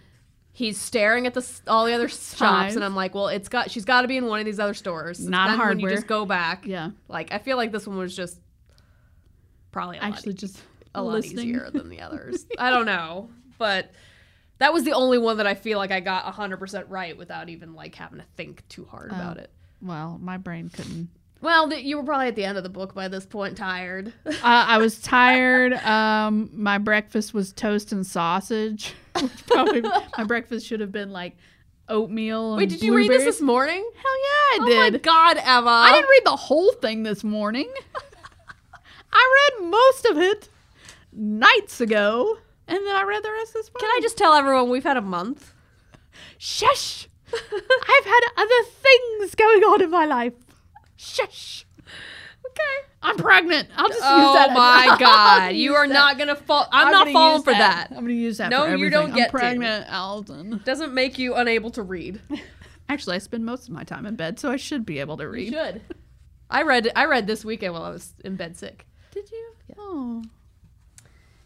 Speaker 2: he's staring at the s- all the other shops
Speaker 1: Signs.
Speaker 2: and i'm like well it's got she's got to be in one of these other stores It's
Speaker 1: Not
Speaker 2: then when
Speaker 1: hardware.
Speaker 2: you just go back
Speaker 1: Yeah.
Speaker 2: like i feel like this one was just probably a
Speaker 1: actually
Speaker 2: lot,
Speaker 1: just
Speaker 2: a lot
Speaker 1: listening.
Speaker 2: easier than the others i don't know but that was the only one that i feel like i got 100% right without even like having to think too hard
Speaker 1: Oh.
Speaker 2: about it
Speaker 1: Well, my brain couldn't.
Speaker 2: well th- you were probably at the end of the book by this point tired
Speaker 1: Uh, I was tired. Um, my breakfast was toast and sausage. which Probably my breakfast should have been like oatmeal. And
Speaker 2: wait did you read this
Speaker 1: blueberries.
Speaker 2: this morning
Speaker 1: Hell yeah, I
Speaker 2: oh my
Speaker 1: did.
Speaker 2: god emma
Speaker 1: I didn't read the whole thing this morning. I read most of it nights ago, and then I read the rest this
Speaker 2: can
Speaker 1: morning.
Speaker 2: i just tell everyone we've had a month
Speaker 1: Shush! I've had other things going on in my life. Shush!
Speaker 2: okay
Speaker 1: I'm pregnant. I'll just
Speaker 2: Oh
Speaker 1: use that.
Speaker 2: my
Speaker 1: I'll
Speaker 2: god,
Speaker 1: use
Speaker 2: you are
Speaker 1: that.
Speaker 2: not gonna fall. I'm,
Speaker 1: I'm
Speaker 2: not
Speaker 1: gonna
Speaker 2: falling
Speaker 1: use
Speaker 2: for that.
Speaker 1: I'm gonna use that.
Speaker 2: No,
Speaker 1: for
Speaker 2: you
Speaker 1: everything.
Speaker 2: don't
Speaker 1: I'm
Speaker 2: get to.
Speaker 1: pregnant, Alden.
Speaker 2: Doesn't make you unable to read.
Speaker 1: Actually, I spend most of my time in bed, so I should be able to read.
Speaker 2: should. I read. I read this weekend while I was in bed sick.
Speaker 1: Did you? Oh,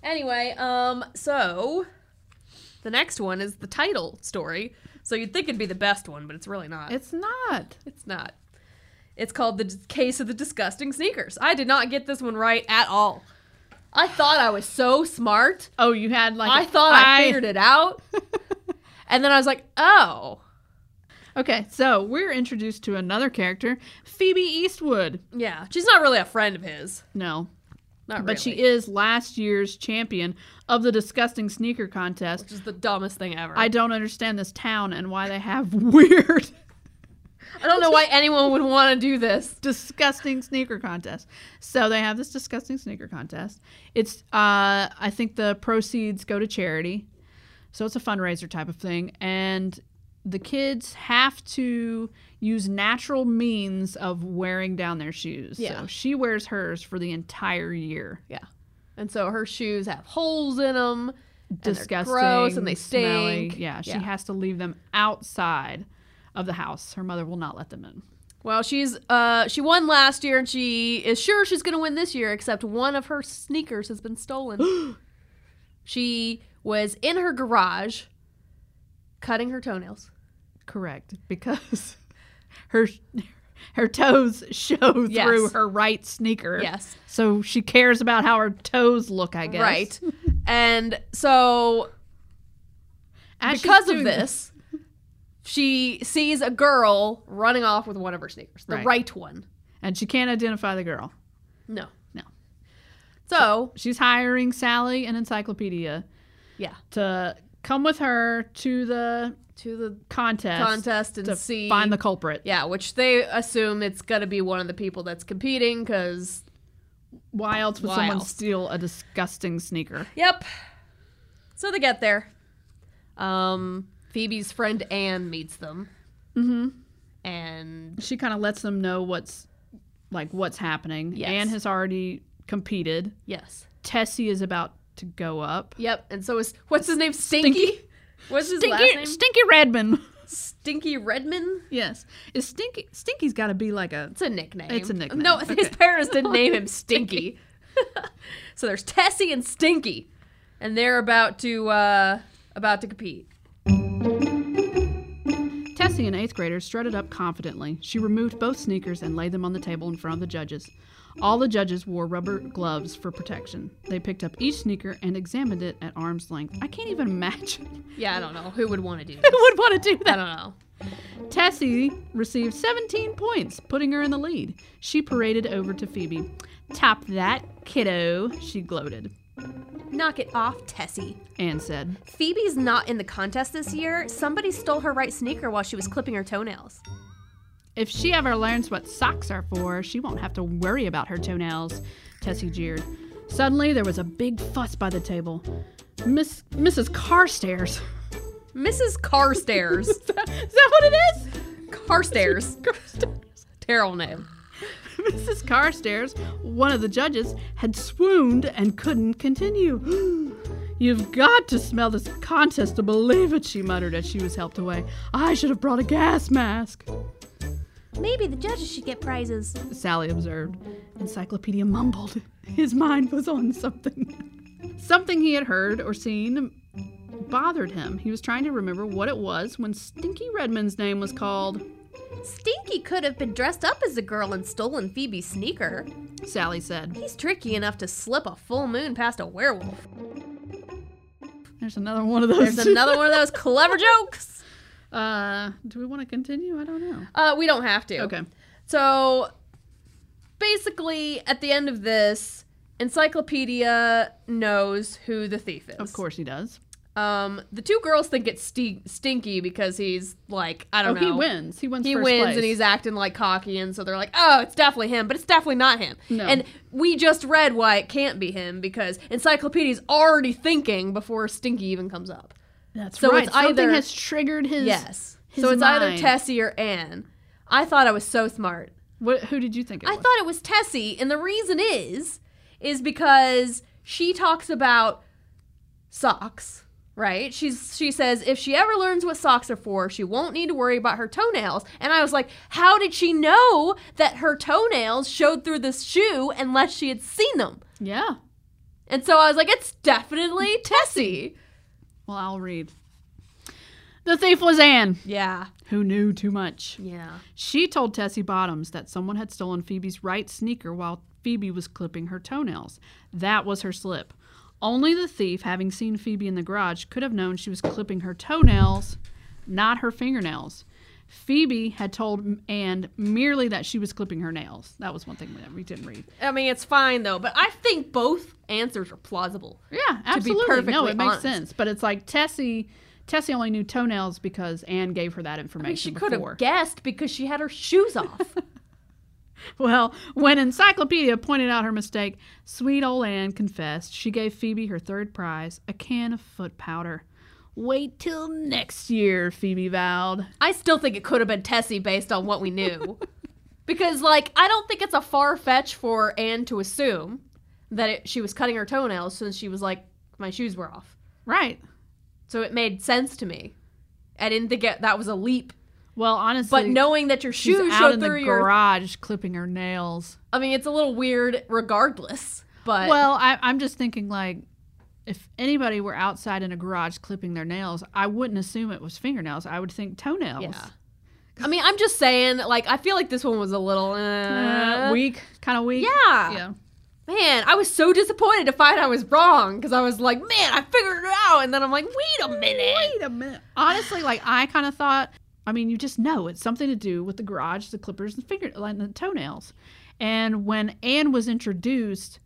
Speaker 2: Anyway, um, so the next one is the title story. So you'd think it'd be the best one, but it's really not.
Speaker 1: it's not.
Speaker 2: It's not. It's called The D- Case of the Disgusting Sneakers. I did not get this one right at all. I thought I was so smart.
Speaker 1: Oh, you had like
Speaker 2: I
Speaker 1: a-
Speaker 2: thought I figured it out. And then I was like, oh,
Speaker 1: Okay, so we're introduced to another character, Phoebe Eastwood.
Speaker 2: Yeah, she's not really a friend of his.
Speaker 1: No,
Speaker 2: Not really.
Speaker 1: but she is last year's champion of the disgusting sneaker contest.
Speaker 2: Which is the dumbest thing ever.
Speaker 1: I don't understand this town and why they have weird,
Speaker 2: I don't know why anyone would want to do this.
Speaker 1: disgusting sneaker contest. So they have this disgusting sneaker contest. It's, uh, I think the proceeds go to charity. So it's a fundraiser type of thing. And the kids have to use natural means of wearing down their shoes.
Speaker 2: Yeah.
Speaker 1: So she wears hers for the entire year.
Speaker 2: Yeah. And so her shoes have holes in them.
Speaker 1: disgusting,
Speaker 2: gross and they
Speaker 1: smelly.
Speaker 2: stink.
Speaker 1: Yeah, she
Speaker 2: Yeah.
Speaker 1: has to leave them outside of the house. Her mother will not let them in.
Speaker 2: Well, she's uh she won last year and she is sure she's going to win this year except one of her sneakers has been stolen. she was in her garage cutting her toenails.
Speaker 1: Correct, because her her toes show
Speaker 2: Yes.
Speaker 1: through her right sneaker.
Speaker 2: Yes.
Speaker 1: So she cares about how her toes look, I guess.
Speaker 2: Right. and so
Speaker 1: As she's
Speaker 2: because of
Speaker 1: doing
Speaker 2: this, she sees a girl running off with one of her sneakers, the
Speaker 1: Right.
Speaker 2: right one.
Speaker 1: and she can't identify the girl.
Speaker 2: No.
Speaker 1: No.
Speaker 2: So,
Speaker 1: She's hiring Sally and Encyclopedia
Speaker 2: yeah,
Speaker 1: to come with her to the
Speaker 2: to the
Speaker 1: contest,
Speaker 2: contest and
Speaker 1: to
Speaker 2: see
Speaker 1: find the culprit.
Speaker 2: Yeah, which they assume it's gonna be one of the people that's competing because
Speaker 1: Why else would
Speaker 2: Why
Speaker 1: someone
Speaker 2: else?
Speaker 1: steal a disgusting sneaker?
Speaker 2: Yep. So they get there. Um Phoebe's friend Anne meets them. Mm-hmm. And
Speaker 1: she kind of lets them know what's like what's happening.
Speaker 2: Yes.
Speaker 1: Anne has already competed.
Speaker 2: yes.
Speaker 1: Tessie is about to go up.
Speaker 2: Yep. And so is what's his name? Stinky? What's his last
Speaker 1: Stinky
Speaker 2: name?
Speaker 1: Stinky Redman.
Speaker 2: Stinky Redman?
Speaker 1: Yes. Is Stinky Stinky's got to be like a
Speaker 2: It's a nickname.
Speaker 1: It's a nickname.
Speaker 2: No,
Speaker 1: Okay.
Speaker 2: his parents didn't name him Stinky. so there's Tessie and Stinky. And they're about to uh about to compete.
Speaker 1: Tessie, an eighth grader, strutted up confidently. She removed both sneakers and laid them on the table in front of the judges. All the judges wore rubber gloves for protection. They picked up each sneaker and examined it at arm's length. I can't even imagine
Speaker 2: Yeah, I don't know. Who would want to do
Speaker 1: who
Speaker 2: that?
Speaker 1: would want to do that.
Speaker 2: I don't know.
Speaker 1: Tessie received 17 points, putting her in the lead. She paraded over to Phoebe. Top that, kiddo, she gloated.
Speaker 2: Knock it off, Tessie.
Speaker 1: Anne said,
Speaker 2: Phoebe's not in the contest this year. Somebody stole her right sneaker while she was clipping her toenails.
Speaker 1: If she ever learns what socks are for, she won't have to worry about her toenails, Tessie jeered. Suddenly, there was a big fuss by the table. Miss Mrs. Carstairs.
Speaker 2: Mrs. Carstairs.
Speaker 1: Is that what it is?
Speaker 2: Carstairs. Terrible name.
Speaker 1: Mrs. Carstairs, one of the judges, had swooned and couldn't continue. You've got to smell this contest to believe it, she muttered as she was helped away. I should have brought a gas mask,
Speaker 3: Maybe the judges should get prizes.
Speaker 1: Sally observed. Encyclopedia mumbled. His mind was on something. Something he had heard or seen bothered him. He was trying to remember what it was when Stinky Redmond's name was called.
Speaker 2: Stinky could have been dressed up as a girl and stolen Phoebe's sneaker.
Speaker 1: Sally said.
Speaker 2: He's tricky enough to slip a full moon past a werewolf.
Speaker 1: There's another one of those.
Speaker 2: There's another one of those clever jokes.
Speaker 1: Uh, do we want to continue? I don't know.
Speaker 2: Uh, we don't have to.
Speaker 1: Okay.
Speaker 2: So basically, at the end of this, Encyclopedia knows who the thief is.
Speaker 1: Of course he does.
Speaker 2: Um, the two girls think it's sti- stinky because he's like, I
Speaker 1: Oh,
Speaker 2: don't know.
Speaker 1: he wins. He wins.
Speaker 2: He
Speaker 1: first
Speaker 2: wins
Speaker 1: place.
Speaker 2: and he's acting like cocky, and so they're like, "Oh, it's definitely him," but it's definitely not him.
Speaker 1: No.
Speaker 2: And we just read why it can't be him because Encyclopedia's already thinking before Stinky even comes up.
Speaker 1: that's
Speaker 2: so
Speaker 1: right.
Speaker 2: it's
Speaker 1: Something
Speaker 2: either-
Speaker 1: has triggered his.
Speaker 2: yes,
Speaker 1: his
Speaker 2: so it's either
Speaker 1: mind.
Speaker 2: Tessie or Anne. I thought I was so smart.
Speaker 1: What, who did you think it
Speaker 2: I
Speaker 1: was?
Speaker 2: thought it was Tessie, and the reason is is because she talks about socks, right? She's she says if she ever learns what socks are for, she won't need to worry about her toenails. And I was like, how did she know that her toenails showed through this shoe unless she had seen them?
Speaker 1: yeah.
Speaker 2: And so I was like, it's definitely Tessie.
Speaker 1: Well, I'll read. The thief was Anne,
Speaker 2: Yeah.
Speaker 1: who knew too much.
Speaker 2: Yeah.
Speaker 1: She told Tessie Bottoms that someone had stolen Phoebe's right sneaker while Phoebe was clipping her toenails. That was her slip. Only the thief, having seen Phoebe in the garage, could have known she was clipping her toenails, not her fingernails. Phoebe had told Anne merely that she was clipping her nails. That was one thing that we didn't read.
Speaker 2: I mean, it's fine though, but I think both answers are plausible.
Speaker 1: Yeah,
Speaker 2: be
Speaker 1: absolutely. no,
Speaker 2: perfectly
Speaker 1: it makes
Speaker 2: honest.
Speaker 1: sense. But it's like Tessie. Tessie only knew toenails because Anne gave her that
Speaker 2: I mean, she
Speaker 1: information
Speaker 2: could
Speaker 1: before.
Speaker 2: have guessed because she had her shoes off.
Speaker 1: well, when Encyclopedia pointed out her mistake, sweet old Anne confessed she gave Phoebe her third prize, a can of foot powder. Wait till next year, Phoebe vowed.
Speaker 2: I still think it could have been Tessie based on what we knew. because, like, I don't think it's a far fetch for Anne to assume that it, she was cutting her toenails since she was like, my shoes were off.
Speaker 1: Right.
Speaker 2: So it made sense to me. I didn't think it, that was a leap.
Speaker 1: Well, honestly,
Speaker 2: But knowing that your
Speaker 1: she's
Speaker 2: shoes
Speaker 1: out
Speaker 2: showed
Speaker 1: in the
Speaker 2: through your.
Speaker 1: garage clipping her nails.
Speaker 2: I mean, it's a little weird regardless. But
Speaker 1: Well, I, I'm just thinking like, if anybody were outside in a garage clipping their nails, I wouldn't assume it was fingernails. I would think toenails.
Speaker 2: yeah. I mean, I'm just saying, like, I feel like this one was a little. Uh,
Speaker 1: Uh, weak, kind of weak.
Speaker 2: Yeah.
Speaker 1: Yeah.
Speaker 2: Man, I was so disappointed to find I was wrong because I was like, man, I figured it out. And then I'm like, wait a minute.
Speaker 1: a minute. Honestly, like I kind of thought. I mean, you just know it's something to do with the garage, the clippers, and finger like the toenails. And when Anne was introduced,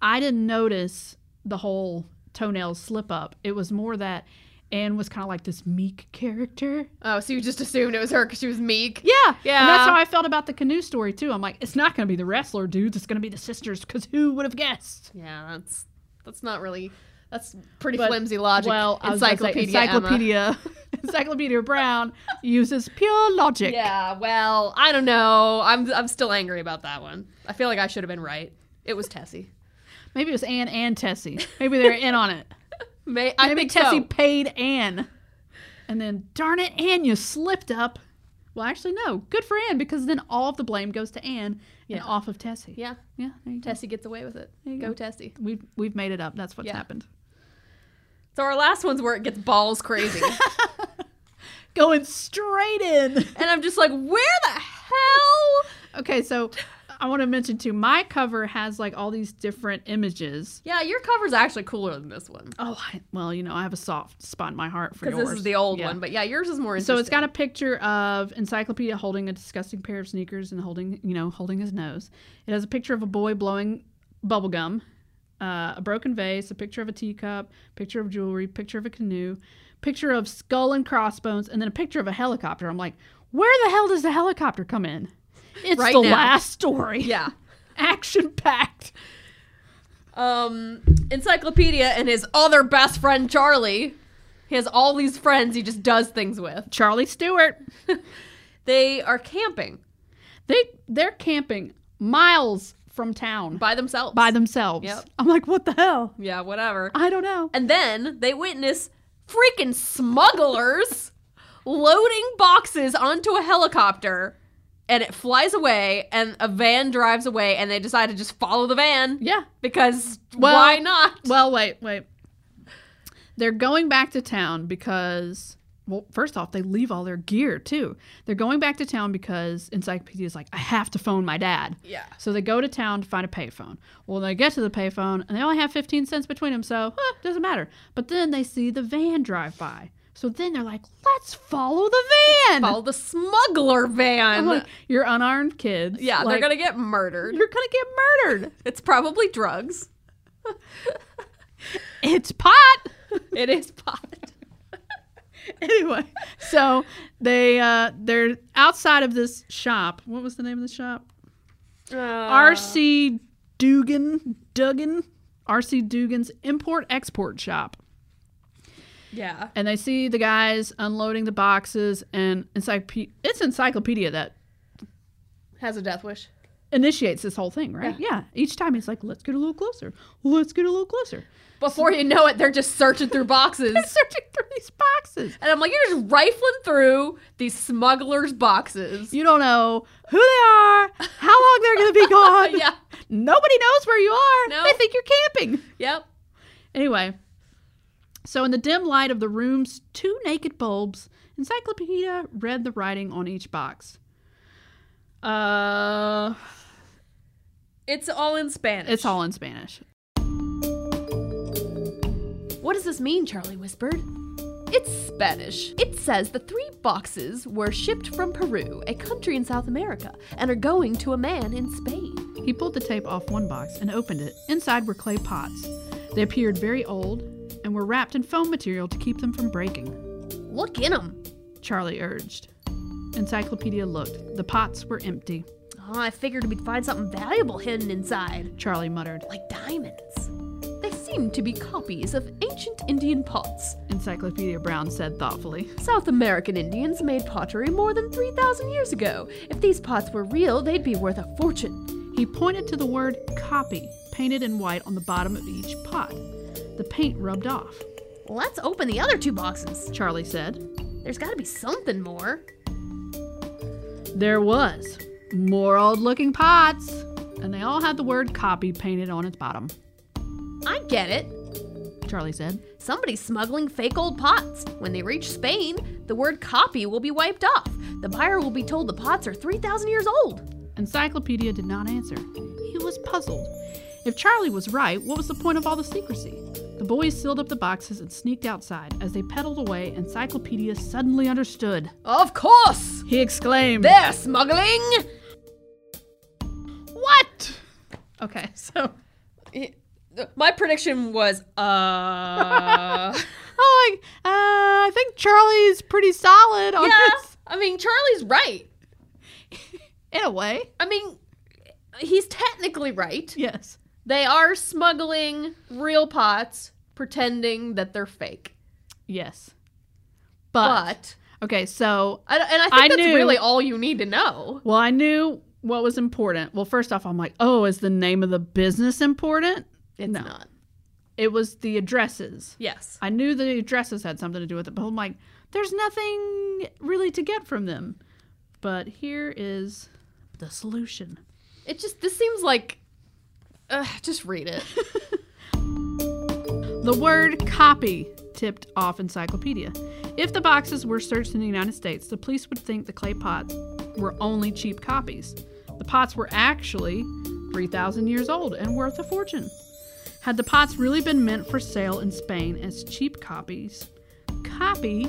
Speaker 1: I didn't notice the whole toenail slip up. It was more that Anne was kind of like this meek character.
Speaker 2: Oh, so you just assumed it was her because she was meek?
Speaker 1: Yeah, And that's
Speaker 2: Yeah.
Speaker 1: how I felt about the canoe story too. I'm like, it's not going to be the wrestler dudes. It's going to be the sisters because who would have guessed?
Speaker 2: Yeah, that's that's not really that's pretty
Speaker 1: But-
Speaker 2: flimsy logic.
Speaker 1: Well, I was gonna say
Speaker 2: encyclopedia. Emma.
Speaker 1: encyclopedia, encyclopedia Brown uses pure logic.
Speaker 2: Yeah, well, I don't know. I'm I'm still angry about that one. I feel like I should have been right. It was Tessie.
Speaker 1: Maybe it was Anne and Tessie. Maybe they're in on it.
Speaker 2: May, I
Speaker 1: Maybe
Speaker 2: think
Speaker 1: Tessie
Speaker 2: so.
Speaker 1: paid Anne, and then darn it, Anne, you slipped up. Well, actually, no. Good for Anne because then all of the blame goes to Anne
Speaker 2: Yeah.
Speaker 1: and off of Tessie.
Speaker 2: Yeah,
Speaker 1: yeah. There you go.
Speaker 2: Tessie gets away with it.
Speaker 1: There you
Speaker 2: Go
Speaker 1: go.
Speaker 2: Tessie.
Speaker 1: We've we've made it up. That's what's
Speaker 2: Yeah.
Speaker 1: happened.
Speaker 2: So our last one's where it gets balls crazy,
Speaker 1: Going straight in.
Speaker 2: and I'm just like, where the hell?
Speaker 1: Okay, so I want to mention too. My cover has like all these different images.
Speaker 2: Yeah, your cover's actually cooler than this one
Speaker 1: Oh, I, well, you know, I have a soft spot in my heart for
Speaker 2: because
Speaker 1: yours.
Speaker 2: this is the old
Speaker 1: Yeah.
Speaker 2: one. But yeah, yours is more interesting.
Speaker 1: So it's got a picture of Encyclopedia holding a disgusting pair of sneakers and holding, you know, holding his nose. It has a picture of a boy blowing bubblegum, uh, a broken vase, a picture of a teacup, picture of jewelry, picture of a canoe, picture of skull and crossbones, and then a picture of a helicopter. I'm like, where the hell does the helicopter come in? It's
Speaker 2: Right
Speaker 1: the
Speaker 2: now.
Speaker 1: last story.
Speaker 2: yeah.
Speaker 1: Action packed.
Speaker 2: um, Encyclopedia and his other best friend Charlie. He has all these friends he just does things with.
Speaker 1: Charlie Stewart.
Speaker 2: They are camping
Speaker 1: They they're camping miles from town
Speaker 2: by themselves.
Speaker 1: by themselves.
Speaker 2: Yep.
Speaker 1: I'm like, what the hell?
Speaker 2: yeah, whatever.
Speaker 1: I don't know.
Speaker 2: And then they witness freaking smugglers loading boxes onto a helicopter and it flies away and a van drives away and they decide to just follow the van
Speaker 1: Yeah.
Speaker 2: because
Speaker 1: Well-
Speaker 2: why not?
Speaker 1: Well, wait, wait. They're going back to town because, well, first off, they leave all their gear too. They're going back to town because Encyclopedia is like, I have to phone my dad.
Speaker 2: Yeah.
Speaker 1: So they go to town to find a payphone. Well, they get to the payphone and they only have 15 cents between them, so huh, doesn't matter. But then they see the van drive by. So then they're like, let's follow the van.
Speaker 2: Follow the smuggler
Speaker 1: I'm
Speaker 2: van.
Speaker 1: like, you're unarmed kids.
Speaker 2: yeah,
Speaker 1: like,
Speaker 2: they're going to get murdered.
Speaker 1: you're gonna get murdered.
Speaker 2: It's probably drugs.
Speaker 1: It's pot.
Speaker 2: It is pot.
Speaker 1: anyway, so they uh, they're outside of this shop. What was the name of the shop?
Speaker 2: Uh,
Speaker 1: RC Dugan Dugan RC Dugan's import export shop.
Speaker 2: Yeah.
Speaker 1: And they see the guys unloading the boxes and encyclopedia. It's encyclopedia that
Speaker 2: Has a death wish.
Speaker 1: initiates this whole thing, right? Yeah. Each time he's like, "Let's get a little closer. Let's get a little closer."
Speaker 2: Before you know it, they're just searching through boxes.
Speaker 1: Searching through these boxes.
Speaker 2: And I'm like, you're just rifling through these smugglers' boxes.
Speaker 1: You don't know who they are, how long they're going to be gone.
Speaker 2: yeah.
Speaker 1: Nobody knows where you are.
Speaker 2: No.
Speaker 1: They think you're camping.
Speaker 2: Yep.
Speaker 1: Anyway, so in the dim light of the room's two naked bulbs, Encyclopedia read the writing on each box. Uh,
Speaker 2: It's all in Spanish.
Speaker 1: it's all in Spanish.
Speaker 2: What does this mean? Charlie whispered. It's Spanish. It says the three boxes were shipped from Peru, a country in South America, and are going to a man in Spain.
Speaker 1: He pulled the tape off one box and opened it. Inside were clay pots. They appeared very old and were wrapped in foam material to keep them from breaking,
Speaker 2: Look in 'em.
Speaker 1: Charlie urged. Encyclopedia looked. The pots were empty.
Speaker 3: Oh, I figured we'd find something valuable hidden inside,
Speaker 1: Charlie muttered.
Speaker 3: like diamonds.
Speaker 2: They seem to be copies of ancient Indian pots.
Speaker 1: Encyclopedia Brown said thoughtfully.
Speaker 2: South American Indians made pottery more than 3,000 years ago. If these pots were real, they'd be worth a fortune.
Speaker 1: He pointed to the word copy, painted in white on the bottom of each pot. The paint rubbed off,
Speaker 3: Let's open the other two boxes.
Speaker 1: Charlie said.
Speaker 3: There's gotta be something more.
Speaker 1: There was more old looking pots, and they all had the word copy painted on its bottom,
Speaker 3: I get it.
Speaker 1: Charlie said.
Speaker 3: Somebody's smuggling fake old pots. When they reach Spain, the word copy will be wiped off. The buyer will be told the pots are 3,000 years old.
Speaker 1: Encyclopedia did not answer. He was puzzled. If Charlie was right, what was the point of all the secrecy? The boys sealed up the boxes and sneaked outside. As they pedaled away, Encyclopedia suddenly understood.
Speaker 2: Of course!
Speaker 1: He exclaimed,
Speaker 2: They're smuggling! What?
Speaker 1: Okay, so.
Speaker 2: My prediction was, uh.
Speaker 1: Oh, like, uh, I think Charlie's pretty solid on
Speaker 2: yeah.
Speaker 1: this.
Speaker 2: I mean, Charlie's right.
Speaker 1: In a way,
Speaker 2: I mean, he's technically right.
Speaker 1: yes.
Speaker 2: They are smuggling real pots, pretending that they're fake.
Speaker 1: Yes. But,
Speaker 2: But,
Speaker 1: okay, so
Speaker 2: I, and I think
Speaker 1: I
Speaker 2: that's
Speaker 1: knew-
Speaker 2: really all you need to know.
Speaker 1: well, I knew what was important. Well, first off, I'm like, oh, is the name of the business important?
Speaker 2: It's
Speaker 1: No.
Speaker 2: not.
Speaker 1: It was the addresses.
Speaker 2: Yes.
Speaker 1: I knew the addresses had something to do with it, but I'm like, there's nothing really to get from them. But here is the solution.
Speaker 2: It just, this seems like, uh, just read it.
Speaker 1: The word copy tipped off Encyclopedia. If the boxes were searched in the United States, the police would think the clay pots were only cheap copies. The pots were actually 3,000 years old and worth a fortune. Had the pots really been meant for sale in Spain as cheap copies, copy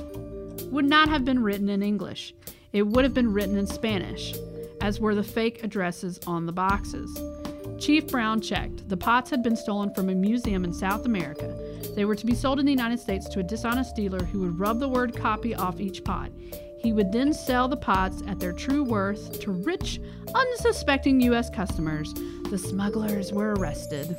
Speaker 1: would not have been written in English. It would have been written in Spanish, as were the fake addresses on the boxes. Chief Brown checked. The pots had been stolen from a museum in South America. They were to be sold in the United States to a dishonest dealer who would rub the word copy off each pot. He would then sell the pots at their true worth to rich, unsuspecting U.S. customers. The smugglers were arrested.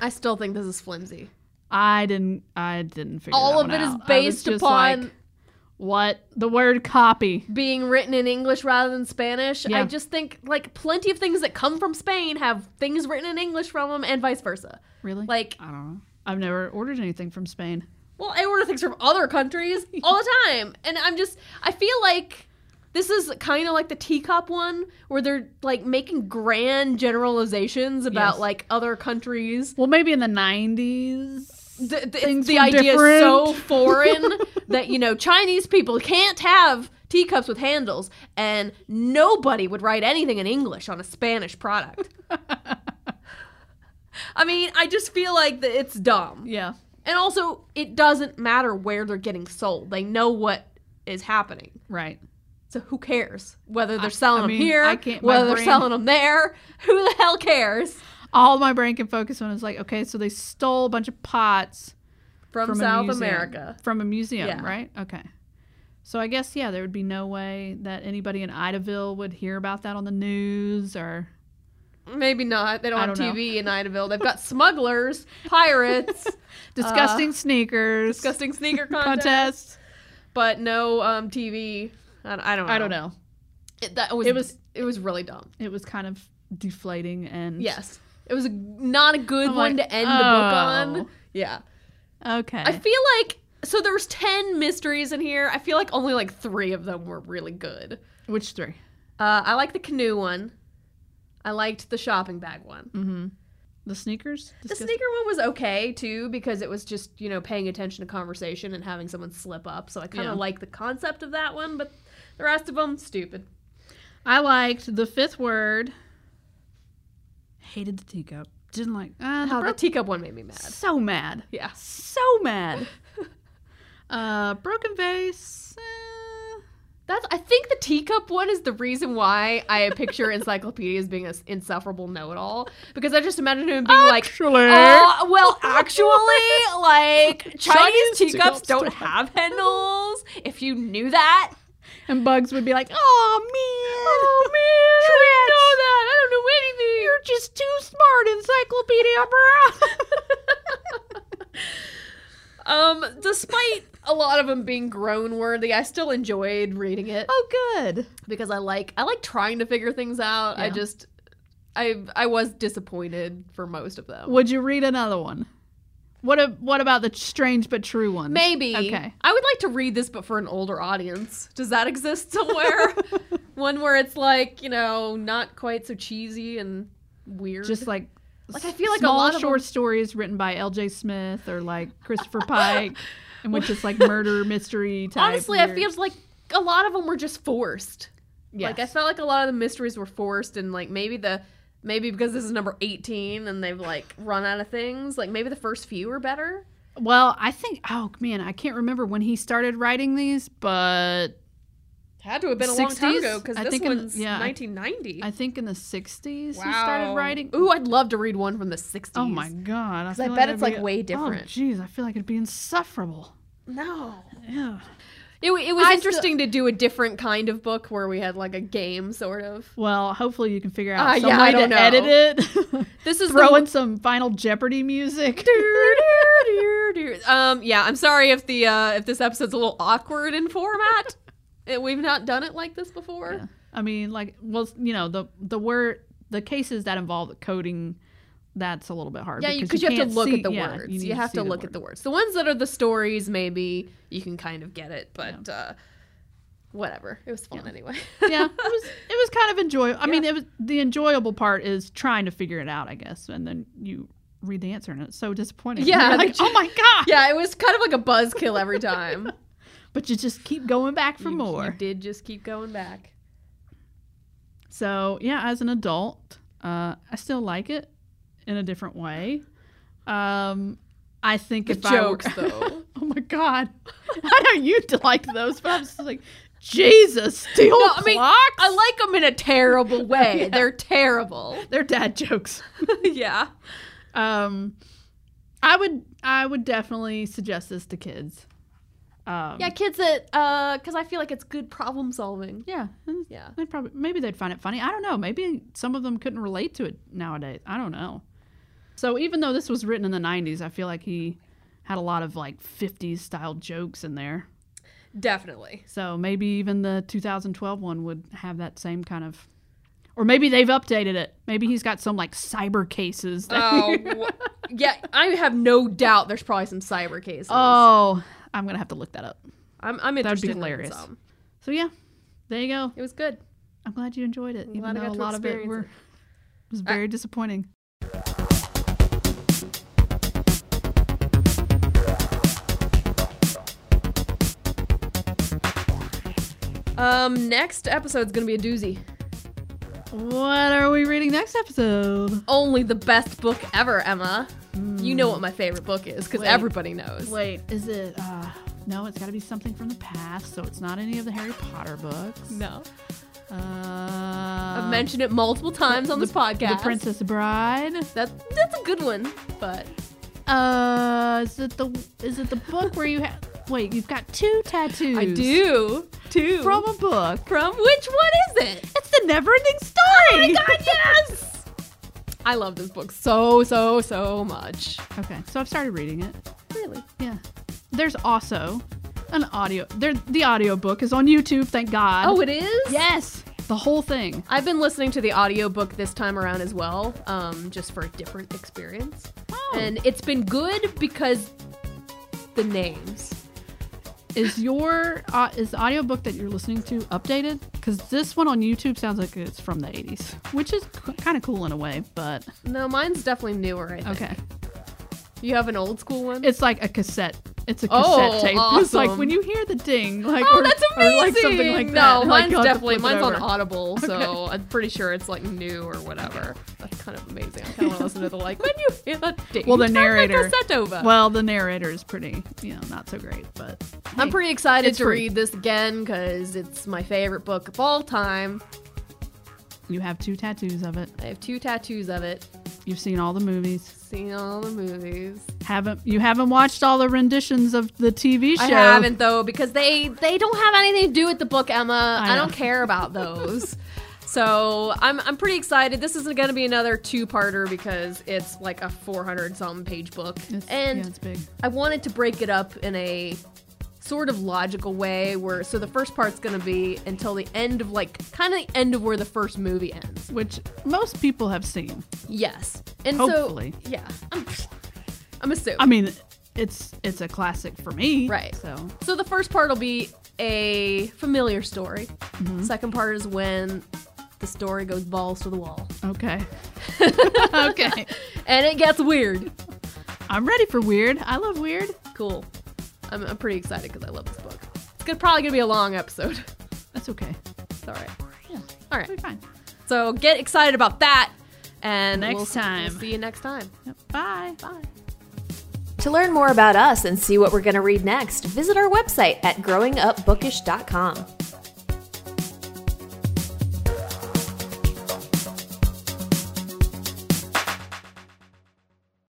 Speaker 2: I still think this is flimsy.
Speaker 1: I didn't. I didn't figure
Speaker 2: All
Speaker 1: that one
Speaker 2: of it is
Speaker 1: out. I was
Speaker 2: based
Speaker 1: just
Speaker 2: upon
Speaker 1: like, what the word copy.
Speaker 2: being written in English rather than Spanish.
Speaker 1: Yeah.
Speaker 2: I just think like plenty of things that come from Spain have things written in English from them and vice versa.
Speaker 1: Really?
Speaker 2: Like,
Speaker 1: I don't know. I've never ordered anything from Spain.
Speaker 2: well, I order things from other countries all the time. And I'm just, I feel like this is kind of like the teacup one where they're like making grand generalizations about
Speaker 1: Yes.
Speaker 2: like other countries.
Speaker 1: Well, maybe in the '90s.
Speaker 2: The, the,
Speaker 1: Things
Speaker 2: the
Speaker 1: were
Speaker 2: idea
Speaker 1: different.
Speaker 2: is so foreign that, you know, Chinese people can't have teacups with handles, and nobody would write anything in English on a Spanish product. I mean, I just feel like that it's dumb.
Speaker 1: Yeah.
Speaker 2: And also, it doesn't matter where they're getting sold. They know what is happening.
Speaker 1: Right.
Speaker 2: So who cares whether
Speaker 1: I
Speaker 2: they're selling
Speaker 1: mean,
Speaker 2: them here,
Speaker 1: I can't- my
Speaker 2: whether they're
Speaker 1: brain-
Speaker 2: selling them there? Who the hell cares?
Speaker 1: all my brain can focus on is like, okay, so they stole a bunch of pots
Speaker 2: From,
Speaker 1: from a
Speaker 2: South
Speaker 1: museum-
Speaker 2: America.
Speaker 1: From a museum,
Speaker 2: Yeah.
Speaker 1: right? Okay. So I guess yeah, there would be no way that anybody in Idaville would hear about that on the news or
Speaker 2: Maybe not. They don't
Speaker 1: I
Speaker 2: have
Speaker 1: don't know.
Speaker 2: TV in Idaville. They've got smugglers, pirates,
Speaker 1: disgusting sneakers
Speaker 2: Uh, disgusting sneaker contest,
Speaker 1: contests.
Speaker 2: but no um, TV. I, I don't. Know.
Speaker 1: I don't know.
Speaker 2: It, that was,
Speaker 1: It
Speaker 2: it
Speaker 1: was-
Speaker 2: was it was really dumb.
Speaker 1: It was kind of deflating and
Speaker 2: Yes, it was a, not a good
Speaker 1: I'm
Speaker 2: one
Speaker 1: like,
Speaker 2: to end the book
Speaker 1: oh.
Speaker 2: on. Yeah,
Speaker 1: Okay.
Speaker 2: I feel like so there was ten mysteries in here. I feel like only like three of them were really good.
Speaker 1: Which three?
Speaker 2: Uh, I like the canoe one. I liked the shopping bag one.
Speaker 1: Mm-hmm. The sneakers.
Speaker 2: The
Speaker 1: Disgust-
Speaker 2: sneaker one was okay too because it was just you know paying attention to conversation and having someone slip up. So I kind
Speaker 1: Yeah.
Speaker 2: of like the concept of that one, but the rest of them stupid.
Speaker 1: I liked the fifth word. Hated the teacup. didn't like. Uh, the
Speaker 2: Oh,
Speaker 1: bro-
Speaker 2: the teacup one made me mad.
Speaker 1: so mad.
Speaker 2: Yeah.
Speaker 1: So mad. uh, broken vase. eh,
Speaker 2: Uh, That's. I think the teacup one is the reason why I picture encyclopedia as being an insufferable know-it-all because I just imagine him being like,
Speaker 1: Actually.
Speaker 2: "Uh, well, actually, like Chinese
Speaker 1: Chinese
Speaker 2: teacups
Speaker 1: teacups
Speaker 2: don't
Speaker 1: don't
Speaker 2: have handles. If you knew that,
Speaker 1: and Bugs would be like, "Oh man, oh
Speaker 2: I
Speaker 1: man,
Speaker 2: didn't know that. I don't know anything.
Speaker 1: you're just too smart, Encyclopedia Brown."
Speaker 2: Um, despite a lot of them being groan worthy, I still enjoyed reading it
Speaker 1: oh, good.
Speaker 2: because I like I like trying to figure things out. I
Speaker 1: Yeah.
Speaker 2: just I I was disappointed for most of them.
Speaker 1: Would you read another one? What a, what about the strange but true one?
Speaker 2: Maybe.
Speaker 1: Okay.
Speaker 2: I would like to read this but for an older audience. Does that exist somewhere? One where it's like, you know, not quite so cheesy and weird.
Speaker 1: Just like
Speaker 2: Like, I feel like a
Speaker 1: small
Speaker 2: lot of
Speaker 1: short
Speaker 2: them-
Speaker 1: stories written by L.J. Smith or like Christopher Pike, and which is like murder mystery type.
Speaker 2: Honestly, I
Speaker 1: weird-
Speaker 2: feel like a lot of them were just forced. Like I
Speaker 1: Yes.
Speaker 2: felt like a lot of the mysteries were forced, and like maybe the maybe because this is number eighteen and they've like run out of things. Like maybe the first few were better.
Speaker 1: well, I think. Oh man, I can't remember when he started writing these, but
Speaker 2: Had to have been a long time
Speaker 1: 60s?
Speaker 2: ago because
Speaker 1: I
Speaker 2: this
Speaker 1: think in-
Speaker 2: one's
Speaker 1: yeah, I-
Speaker 2: nineteen ninety.
Speaker 1: I think in the '60s he started writing.
Speaker 2: Ooh, I'd love to read one from the sixties.
Speaker 1: Oh my god!
Speaker 2: I
Speaker 1: feel
Speaker 2: bet
Speaker 1: it'd
Speaker 2: it's, like,
Speaker 1: be-
Speaker 2: way different.
Speaker 1: Oh jeez, I feel like it'd be insufferable.
Speaker 2: no!
Speaker 1: Yeah.
Speaker 2: It, w- it was
Speaker 1: I
Speaker 2: interesting to do a different kind of book where we had like a game sort of.
Speaker 1: Well, hopefully you can figure
Speaker 2: Uh,
Speaker 1: out some
Speaker 2: yeah, I
Speaker 1: way to
Speaker 2: don't know.
Speaker 1: edit it.
Speaker 2: This is
Speaker 1: Throw
Speaker 2: the,
Speaker 1: in some Final Jeopardy music.
Speaker 2: um yeah i'm sorry if the uh if this episode's a little awkward in format Uh, we've not done it like this before
Speaker 1: Yeah. I mean, like, well, you know, the the word, the cases that involve coding, that's a little bit hard.
Speaker 2: yeah because you, have
Speaker 1: can't
Speaker 2: to look
Speaker 1: see-
Speaker 2: at the
Speaker 1: yeah,
Speaker 2: words
Speaker 1: need
Speaker 2: you, have
Speaker 1: see
Speaker 2: to look
Speaker 1: word.
Speaker 2: at the words the ones that are the stories maybe you can kind of get it but uh whatever it was fun anyway
Speaker 1: yeah, it was it was kind of enjoyable. I mean, it was the enjoyable part is trying to figure it out, I guess, and then you read the answer and it's so disappointing.
Speaker 2: Yeah,
Speaker 1: You're like
Speaker 2: like-
Speaker 1: oh my god.
Speaker 2: yeah it was kind of like a buzzkill every time
Speaker 1: But you just keep going back for
Speaker 2: You- you
Speaker 1: more.
Speaker 2: did just keep going back
Speaker 1: So yeah, as an adult, uh, I still like it in a different way. Um, I think if
Speaker 2: jokes
Speaker 1: I were,
Speaker 2: though
Speaker 1: oh my god, I know you like those, but I'm just like Jesus, steel
Speaker 2: No, I mean,
Speaker 1: clocks.
Speaker 2: i like them in a terrible way
Speaker 1: Yeah.
Speaker 2: they're terrible
Speaker 1: They're dad jokes.
Speaker 2: yeah
Speaker 1: Um, I would I would definitely suggest this to kids. Um,
Speaker 2: Yeah, kids that uh, because I feel like it's good problem solving.
Speaker 1: yeah.
Speaker 2: Yeah.
Speaker 1: They'd probably maybe they'd find it funny. I don't know. Maybe some of them couldn't relate to it nowadays. I don't know. So even though this was written in the 90s, I feel like he had a lot of like 50s style jokes in there.
Speaker 2: Definitely.
Speaker 1: So maybe even the 2012 one would have that same kind of or maybe they've updated it. Maybe he's got some like cyber cases. that-
Speaker 2: Oh, wh- yeah. I have no doubt. There's probably some cyber cases.
Speaker 1: oh, I'm going to have to look that up.
Speaker 2: I'm, I'm
Speaker 1: that'd
Speaker 2: interested.
Speaker 1: be
Speaker 2: in
Speaker 1: hilarious.
Speaker 2: some.
Speaker 1: So yeah. There you go.
Speaker 2: It was good.
Speaker 1: I'm glad you enjoyed it. Even
Speaker 2: glad I
Speaker 1: though
Speaker 2: got
Speaker 1: a
Speaker 2: to
Speaker 1: lot of it
Speaker 2: experience
Speaker 1: were
Speaker 2: it.
Speaker 1: was very disappointing.
Speaker 2: Um, next episode's gonna be a doozy.
Speaker 1: What are we reading next episode?
Speaker 2: Only the best book ever, Emma. You know what my favorite book is because
Speaker 1: Wait.
Speaker 2: everybody knows.
Speaker 1: Wait, is it? Uh, no, it's got to be something from the past, so it's not any of the Harry Potter books.
Speaker 2: No,
Speaker 1: Uh,
Speaker 2: I've mentioned it multiple times on this podcast.
Speaker 1: Um, The Princess Bride.
Speaker 2: That that's a good one, but
Speaker 1: Uh, is it the is it the book where you have? Wait, you've got two tattoos.
Speaker 2: I do too.
Speaker 1: from a book.
Speaker 2: from which one is it?
Speaker 1: It's the Neverending Story.
Speaker 2: Oh yes! I love this book so, so, so much.
Speaker 1: Okay, so I've started reading it.
Speaker 2: Really?
Speaker 1: Yeah. There's also an audio. There, the audio book is on YouTube. Thank God.
Speaker 2: Oh, it is?
Speaker 1: yes, the whole thing.
Speaker 2: I've been listening to the audiobook this time around as well, um, just for a different experience.
Speaker 1: Oh.
Speaker 2: And it's been good because the names.
Speaker 1: is your uh, is the audiobook that you're listening to updated because this one on youtube sounds like it's from the 80s which is c- kind of cool in a way but
Speaker 2: No, mine's definitely newer, I think.
Speaker 1: okay
Speaker 2: You have an old school one?
Speaker 1: it's like a cassette it's a
Speaker 2: Oh,
Speaker 1: cassette tape it's like
Speaker 2: awesome.
Speaker 1: when you hear the ding like
Speaker 2: Oh,
Speaker 1: or-
Speaker 2: that's
Speaker 1: or,
Speaker 2: amazing!
Speaker 1: like something like
Speaker 2: no,
Speaker 1: that like,
Speaker 2: mine's
Speaker 1: you'll have to
Speaker 2: definitely
Speaker 1: flip it
Speaker 2: mine's on
Speaker 1: over.
Speaker 2: Audible, so I'm pretty sure it's like new or whatever. That's kind of amazing. I kind of want to listen to the like when you feel a ding.
Speaker 1: Well, the
Speaker 2: turn like a
Speaker 1: narrator-
Speaker 2: Setova.
Speaker 1: Well, the narrator is pretty, you know, not so great, but
Speaker 2: I'm pretty excited
Speaker 1: It's
Speaker 2: to
Speaker 1: free.
Speaker 2: read this again because it's my favorite book of all time.
Speaker 1: you have two tattoos of it.
Speaker 2: I have two tattoos of it.
Speaker 1: You've seen all the movies.
Speaker 2: Seen all the movies.
Speaker 1: Haven't you haven't watched all the renditions of the TV show?
Speaker 2: I haven't though because they they don't have anything to do with the book, Emma.
Speaker 1: I
Speaker 2: I, don't
Speaker 1: know.
Speaker 2: care about those. so I'm I'm pretty excited. This isn't going to be another two parter because it's like a 400 something page book,
Speaker 1: It's,
Speaker 2: and
Speaker 1: yeah, it's big.
Speaker 2: I wanted to break it up in a sort of logical way where so the first part's going to be until the end of like kind of the end of where the first movie ends.
Speaker 1: Which most people have seen.
Speaker 2: Yes. And
Speaker 1: Hopefully.
Speaker 2: so yeah. I'm I'm assuming.
Speaker 1: I mean, it's it's a classic for me.
Speaker 2: Right.
Speaker 1: So
Speaker 2: So the first part will be a familiar story.
Speaker 1: Mm-hmm.
Speaker 2: Second part is when the story goes balls to the wall.
Speaker 1: okay. okay.
Speaker 2: And it gets weird.
Speaker 1: I'm ready for weird. I love weird.
Speaker 2: Cool. I'm, I'm pretty excited because I love this book. It's gonna, probably going to be a long episode.
Speaker 1: That's okay.
Speaker 2: It's all right.
Speaker 1: Yeah. It'll
Speaker 2: All right.
Speaker 1: be fine.
Speaker 2: So get excited about that. And
Speaker 1: Next
Speaker 2: we'll s- we'll
Speaker 1: time.
Speaker 2: see you next time.
Speaker 1: Yep. Bye.
Speaker 2: Bye.
Speaker 3: To learn more about us and see what we're going to read next, visit our website at growingupbookish.com.